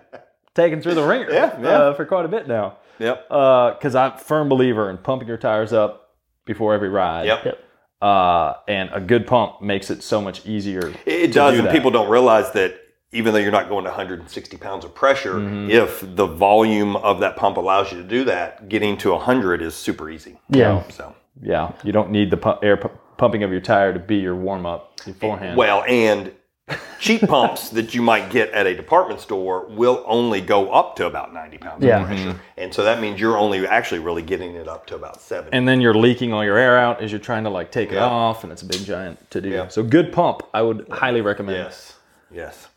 Speaker 2: taken through the ringer
Speaker 3: Yeah, yeah.
Speaker 2: Uh, for quite a bit now.
Speaker 3: Yep.
Speaker 2: Because I'm a firm believer in pumping your tires up before every ride.
Speaker 3: Yep.
Speaker 2: Uh, and a good pump makes it so much easier.
Speaker 3: It, it does,
Speaker 2: do
Speaker 3: and
Speaker 2: that.
Speaker 3: people don't realize that even though you're not going to 160 pounds of pressure,
Speaker 2: Mm-hmm.
Speaker 3: if the volume of that pump allows you to do that, getting to 100 is super easy.
Speaker 1: Yeah.
Speaker 3: So
Speaker 2: Yeah, you don't need the pu- air pu- pumping of your tire to be your warm up beforehand.
Speaker 3: well, and cheap pumps that you might get at a department store will only go up to about 90 pounds
Speaker 1: Yeah.
Speaker 3: of pressure,
Speaker 2: Mm-hmm.
Speaker 3: and so that means you're only actually really getting it up to about 70.
Speaker 2: and then you're leaking all your air out as you're trying to like take it
Speaker 3: Yeah.
Speaker 2: off, and it's a big giant to do.
Speaker 3: Yeah.
Speaker 2: So good pump, I would highly recommend.
Speaker 3: yes, yes.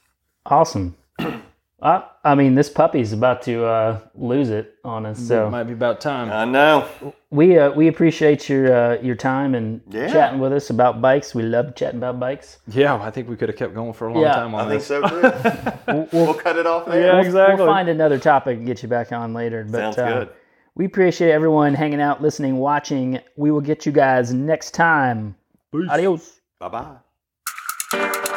Speaker 1: awesome. I, I mean, this puppy's about to uh, lose it on us. So
Speaker 2: It might be about time.
Speaker 3: I know.
Speaker 1: we uh, we appreciate your uh, your time and
Speaker 3: Yeah.
Speaker 1: chatting with us about bikes. We love chatting about bikes.
Speaker 2: Yeah, I think we could have kept going for a long
Speaker 1: Yeah.
Speaker 2: time on
Speaker 3: I think
Speaker 2: this.
Speaker 3: so too. we'll cut it off there.
Speaker 2: Yeah, exactly.
Speaker 1: We'll find another topic and get you back on later. But
Speaker 3: Sounds
Speaker 1: uh,
Speaker 3: good.
Speaker 1: we appreciate everyone hanging out, listening, watching. We will get you guys next time. Adios.
Speaker 3: Bye bye.